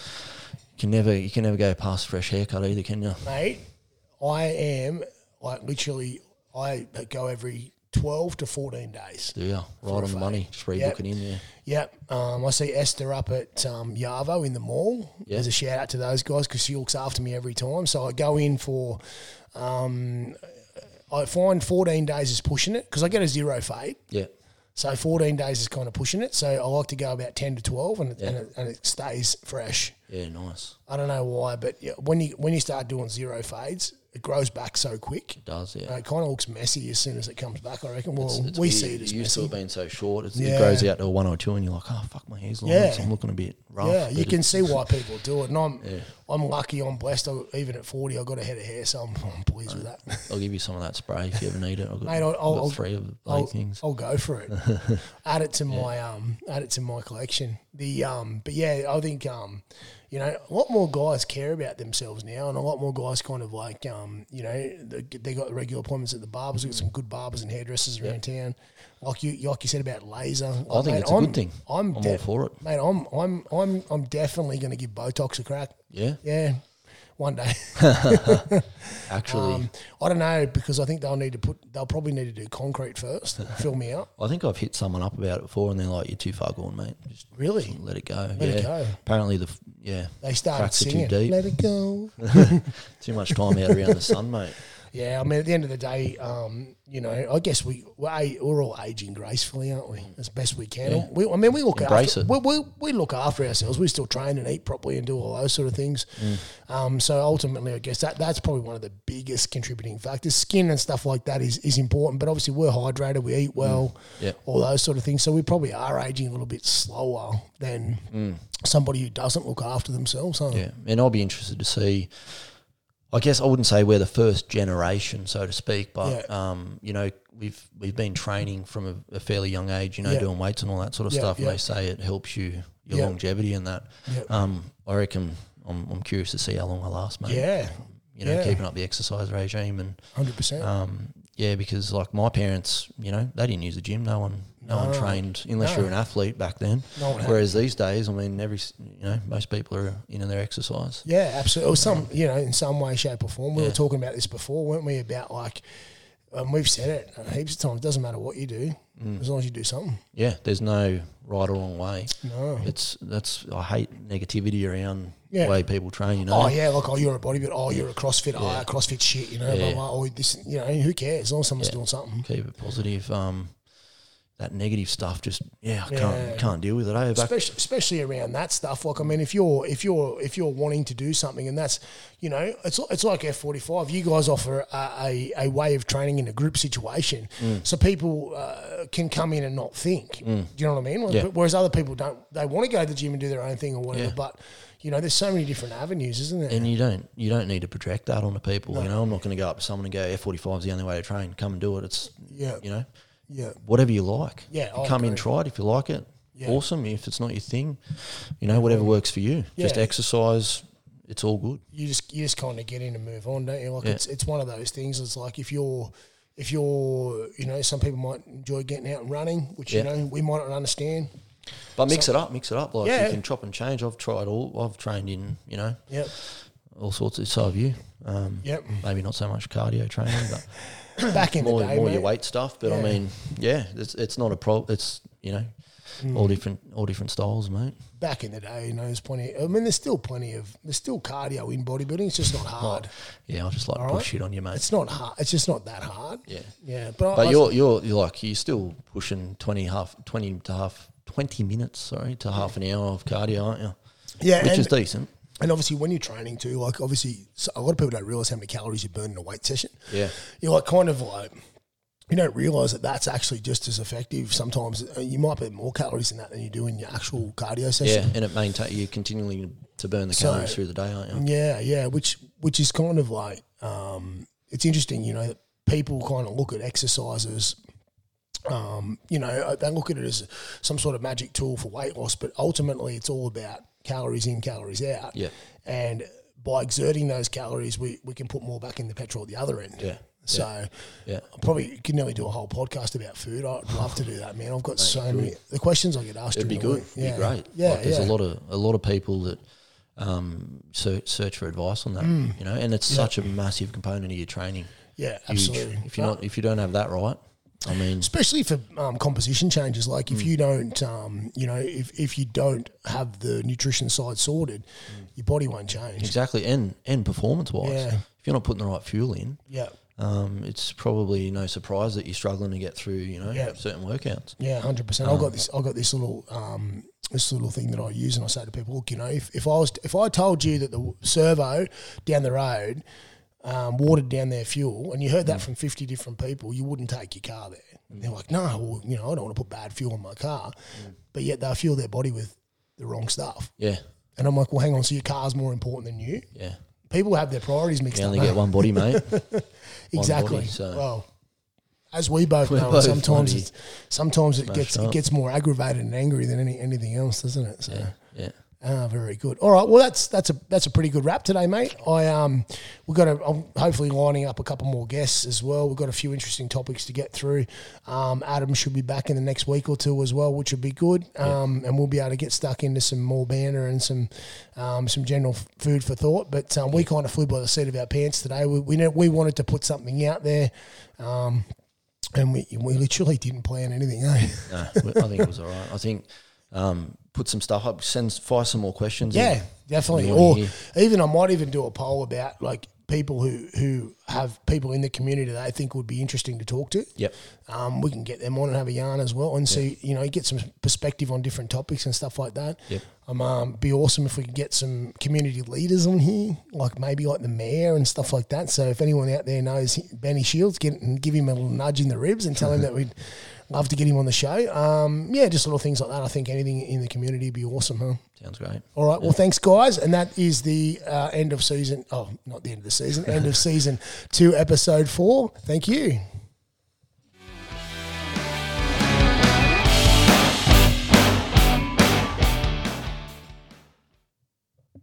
Speaker 2: You can never you can never go past fresh haircut either, can you?
Speaker 1: mate. I am like literally, I go every twelve to fourteen days.
Speaker 2: Do you? Right on the money. Just rebook
Speaker 1: Yep.
Speaker 2: it in there.
Speaker 1: Yep. Um, I see Esther up at um, Yarvo in the mall. There's a shout out to those guys because she looks after me every time. So I go in for, um, I find fourteen days is pushing it because I get a zero fade.
Speaker 2: Yeah.
Speaker 1: So 14 days is kind of pushing it. So I like to go about 10 to 12 and, it and, it, and it stays fresh.
Speaker 2: Yeah, nice.
Speaker 1: I don't know why, but yeah, when you when you start doing zero fades, it grows back so quick.
Speaker 2: It does, yeah.
Speaker 1: And it kind of looks messy as soon as it comes back, I reckon. Well,
Speaker 2: It's
Speaker 1: Uh, we
Speaker 2: weird.
Speaker 1: see it as
Speaker 2: You're used to
Speaker 1: messy.
Speaker 2: it being so short. It's,
Speaker 1: Yeah.
Speaker 2: It grows out to a 102 and you're like, oh, fuck, my hair's long.
Speaker 1: Yeah.
Speaker 2: so I'm looking a bit rough.
Speaker 1: Yeah, you
Speaker 2: but
Speaker 1: can
Speaker 2: it-
Speaker 1: see why people do it. And I'm I'm lucky, I'm blessed. I, even at 40, I got a head of hair, so I'm, I'm pleased with that.
Speaker 2: I'll give you some of that spray if you ever need it. I've got,
Speaker 1: Mate, I'll-
Speaker 2: I've got
Speaker 1: I'll-
Speaker 2: three of the
Speaker 1: I'll,
Speaker 2: blade things.
Speaker 1: I'll go for it. add it to my um add it to my collection. The um but yeah, I think um you know, a lot more guys care about themselves now, and a lot more guys kind of like, um, you know, they, they got regular appointments at the barbers. We've got some good barbers and hairdressers around town. Like you, like you said about laser.
Speaker 2: I think it's a
Speaker 1: I'm,
Speaker 2: good thing.
Speaker 1: I'm,
Speaker 2: I'm all
Speaker 1: de-
Speaker 2: for it.
Speaker 1: mate. I'm, I'm, I'm, I'm definitely going to give Botox a crack.
Speaker 2: Yeah,
Speaker 1: Yeah, one day.
Speaker 2: actually.
Speaker 1: Um, I don't know because I think they'll need to put. They'll probably need to do concrete first. and fill me out.
Speaker 2: I think I've hit someone up about it before, and they're like, "You're too far gone, mate. Just
Speaker 1: Really?
Speaker 2: let it go."
Speaker 1: Let
Speaker 2: yeah.
Speaker 1: it go.
Speaker 2: Apparently, the f- yeah
Speaker 1: They started
Speaker 2: cracks are
Speaker 1: singing.
Speaker 2: too deep.
Speaker 1: Let it go.
Speaker 2: Too much time out around the sun, mate.
Speaker 1: Yeah, I mean, at the end of the day, um, you know, I guess we we're, a- we're all aging gracefully, aren't we?
Speaker 2: Mm.
Speaker 1: As best we can. We, I mean, we look
Speaker 2: Embrace
Speaker 1: after
Speaker 2: it.
Speaker 1: We, we, we look after ourselves. We still train and eat properly and do all those sort of things.
Speaker 2: Mm.
Speaker 1: Um, so ultimately, I guess that that's probably one of the biggest contributing factors. Skin and stuff like that is is important, but obviously we're hydrated, we eat well,
Speaker 2: Yeah.
Speaker 1: all those sort of things. So we probably are aging a little bit slower than somebody who doesn't look after themselves. Huh?
Speaker 2: Mm. Yeah, and I'll be interested to see. I guess I wouldn't say we're the first generation, so to speak, but um, you know, we've we've been training from a, a fairly young age. You know,
Speaker 1: Yeah.
Speaker 2: doing weights and all that sort of
Speaker 1: Yeah,
Speaker 2: stuff.
Speaker 1: yeah.
Speaker 2: And they say it helps you your
Speaker 1: Yeah.
Speaker 2: longevity and that.
Speaker 1: Yeah.
Speaker 2: Um, I reckon I'm, I'm curious to see how long I last, mate.
Speaker 1: Yeah,
Speaker 2: You know,
Speaker 1: yeah.
Speaker 2: keeping up the exercise regime and
Speaker 1: hundred percent.
Speaker 2: Um, yeah, because like my parents, you know, they didn't use the gym. No one, no, one trained unless
Speaker 1: No.
Speaker 2: you're an athlete back then.
Speaker 1: No one had.
Speaker 2: Whereas these days, I mean, every s- you know, most people are in their exercise.
Speaker 1: Yeah, absolutely. Or some, you know, in some way, shape, or form. We
Speaker 2: Yeah.
Speaker 1: were talking about this before, weren't we? About like, and we've said it heaps of times. Doesn't matter what you do,
Speaker 2: Mm.
Speaker 1: as long as you do something.
Speaker 2: Yeah, there's no right or wrong way.
Speaker 1: No.
Speaker 2: It's that's I hate negativity around
Speaker 1: Yeah.
Speaker 2: the way people train. You know,
Speaker 1: Oh yeah, like oh you're a bodybuilder, oh you're a CrossFit, oh CrossFit shit, you know, blah,
Speaker 2: Yeah.
Speaker 1: blah, oh this, you know, who cares? As long as someone's doing something.
Speaker 2: keep it positive. Um, that negative stuff just yeah, I
Speaker 1: Yeah.
Speaker 2: can't can't deal with it. Eh? Back,
Speaker 1: especially, especially around that stuff. Like, I mean, if you're if you're if you're wanting to do something, and that's you know, it's it's like F forty five. You guys offer a, a, a way of training in a group situation,
Speaker 2: Mm.
Speaker 1: so people uh, can come in and not think. Do you know what I mean?
Speaker 2: Yeah.
Speaker 1: Whereas other people don't. They want to go to the gym and do their own thing or whatever.
Speaker 2: Yeah.
Speaker 1: But you know, there's so many different avenues, isn't there?
Speaker 2: and you don't you don't need to project that onto people. You know, I'm not going to go up to someone and go F forty five is the only way to train. Come and do it. It's
Speaker 1: Yeah.
Speaker 2: you know
Speaker 1: yeah,
Speaker 2: whatever you like.
Speaker 1: Yeah,
Speaker 2: You
Speaker 1: I
Speaker 2: come in,
Speaker 1: agree.
Speaker 2: try it if you like it.
Speaker 1: Yeah.
Speaker 2: Awesome. If it's not your thing, you know whatever works for you. Just
Speaker 1: Yeah.
Speaker 2: exercise. It's all good.
Speaker 1: you just you just kind of get in and move on, don't you? Like
Speaker 2: Yeah.
Speaker 1: it's it's one of those things. It's like if you're if you're you know some people might enjoy getting out and running, which
Speaker 2: Yeah.
Speaker 1: you know we might not understand.
Speaker 2: But mix it up, mix it up. Like
Speaker 1: Yeah.
Speaker 2: you can chop and change. I've tried all. I've trained in you know
Speaker 1: Yep,
Speaker 2: all sorts of. So have you. Um,
Speaker 1: yep.
Speaker 2: Maybe not so much cardio training, but
Speaker 1: Back in
Speaker 2: more,
Speaker 1: the day,
Speaker 2: more
Speaker 1: mate.
Speaker 2: your weight stuff. But I
Speaker 1: Yeah.
Speaker 2: mean, yeah, it's it's not a problem. It's you know,
Speaker 1: Hmm.
Speaker 2: all different all different styles, mate.
Speaker 1: Back in the day, you know, there's plenty. I mean, there's still plenty of there's still cardio in bodybuilding. It's just not hard.
Speaker 2: Yeah, I just like
Speaker 1: All
Speaker 2: push
Speaker 1: right.
Speaker 2: shit on you, mate.
Speaker 1: It's not hard. It's just not that hard.
Speaker 2: Yeah.
Speaker 1: yeah. But,
Speaker 2: But
Speaker 1: I,
Speaker 2: you're, you're you're like you're still pushing twenty half twenty to half twenty minutes, sorry, to half an hour of cardio, aren't you?
Speaker 1: yeah,
Speaker 2: Which
Speaker 1: and-
Speaker 2: is decent.
Speaker 1: And obviously, when you're training too, like obviously, so a lot of people don't realize how many calories you burn in a weight session.
Speaker 2: Yeah.
Speaker 1: you're like kind of like you don't realize that that's actually just as effective. Sometimes Uh, you might burn more calories in that than you do in your actual cardio
Speaker 2: Yeah,
Speaker 1: session.
Speaker 2: and it maintain you continually to burn the
Speaker 1: So-
Speaker 2: calories through the day, aren't you?
Speaker 1: yeah, yeah, which which is kind of like um, it's interesting, you know, that people kind of look at exercises. Um, you know, uh, they look at it as some sort of magic tool for weight loss, but ultimately, it's all about calories in, calories out.
Speaker 2: Yeah.
Speaker 1: and by exerting those calories, we, we can put more back in the petrol at the other end.
Speaker 2: Yeah.
Speaker 1: So
Speaker 2: Yeah.
Speaker 1: I probably could nearly do a whole podcast about food. I'd love to do that, man. I've got so many the questions I get asked.
Speaker 2: It'd be
Speaker 1: during the
Speaker 2: good.
Speaker 1: week.
Speaker 2: It'd be great.
Speaker 1: Yeah,
Speaker 2: like, there's
Speaker 1: yeah.
Speaker 2: a lot of a lot of people that um, search, search for advice on that. You know, and it's such a massive component of your training.
Speaker 1: yeah,
Speaker 2: Huge.
Speaker 1: absolutely.
Speaker 2: If you're not, if you don't have that right, I mean,
Speaker 1: especially for um, composition changes. Like if you don't, um, you know, if, if you don't have the nutrition side sorted, your body won't change.
Speaker 2: exactly. And and performance wise,
Speaker 1: Yeah.
Speaker 2: if you're not putting the right fuel in,
Speaker 1: Yeah,
Speaker 2: um, it's probably no surprise that you're struggling to get through. You know,
Speaker 1: Yeah.
Speaker 2: certain workouts.
Speaker 1: yeah, hundred percent. I've got this. I've got this little. Um, this little thing that I use, and I say to people, look, you know, if, if I was if I told you that the servo down the road um, watered down their fuel, and you heard that from 50 different people, you wouldn't take your car there. And they're like, no, well, you know, I don't want to put bad fuel in my car. But yet they'll fuel their body with the wrong stuff.
Speaker 2: Yeah,
Speaker 1: And I'm like, well, hang on, so your car's more important than you?
Speaker 2: yeah.
Speaker 1: People have their priorities mixed
Speaker 2: You
Speaker 1: up.
Speaker 2: only
Speaker 1: mate.
Speaker 2: get one body, mate.
Speaker 1: exactly.
Speaker 2: body, so-
Speaker 1: Well, as we both
Speaker 2: We're
Speaker 1: know,
Speaker 2: both
Speaker 1: sometimes
Speaker 2: bloody
Speaker 1: it's, sometimes it gets
Speaker 2: up.
Speaker 1: it gets more aggravated and angry than any anything else, doesn't it? So.
Speaker 2: yeah.
Speaker 1: Ah, very good. All right. Well, that's that's a that's a pretty good wrap today, mate. I um, we've got a I'm hopefully lining up a couple more guests as well. We've got a few interesting topics to get through. Um, Adam should be back in the next week or two as well, which would be good. Um, and we'll be able to get stuck into some more banner and some um, some general f- food for thought. But um, we kind of flew by the seat of our pants today. We we, know, we wanted to put something out there. Um, and we, we literally didn't plan anything, eh?
Speaker 2: No, I think it was all right. I think um, put some stuff up, send fire some more questions. in.
Speaker 1: Yeah, definitely.
Speaker 2: You wanna
Speaker 1: Or
Speaker 2: hear.
Speaker 1: even I might even do a poll about like people who who have people in the community that I think would be interesting to talk to.
Speaker 2: Yep.
Speaker 1: Um, we can get them on and have a yarn as well, and see you know get some perspective on different topics and stuff like that.
Speaker 2: Yep.
Speaker 1: Um, um, be awesome if we could get some community leaders on here, like maybe like the mayor and stuff like that. So if anyone out there knows Benny Shields, get and give him a little nudge in the ribs and tell him that we'd love to get him on the show. Um, yeah, just little things like that. I think anything in the community would be awesome, huh?
Speaker 2: Sounds great.
Speaker 1: All right. Well, thanks, guys. And that is the uh, end of season. Oh, not the end of the season. End of season two, episode four. Thank you.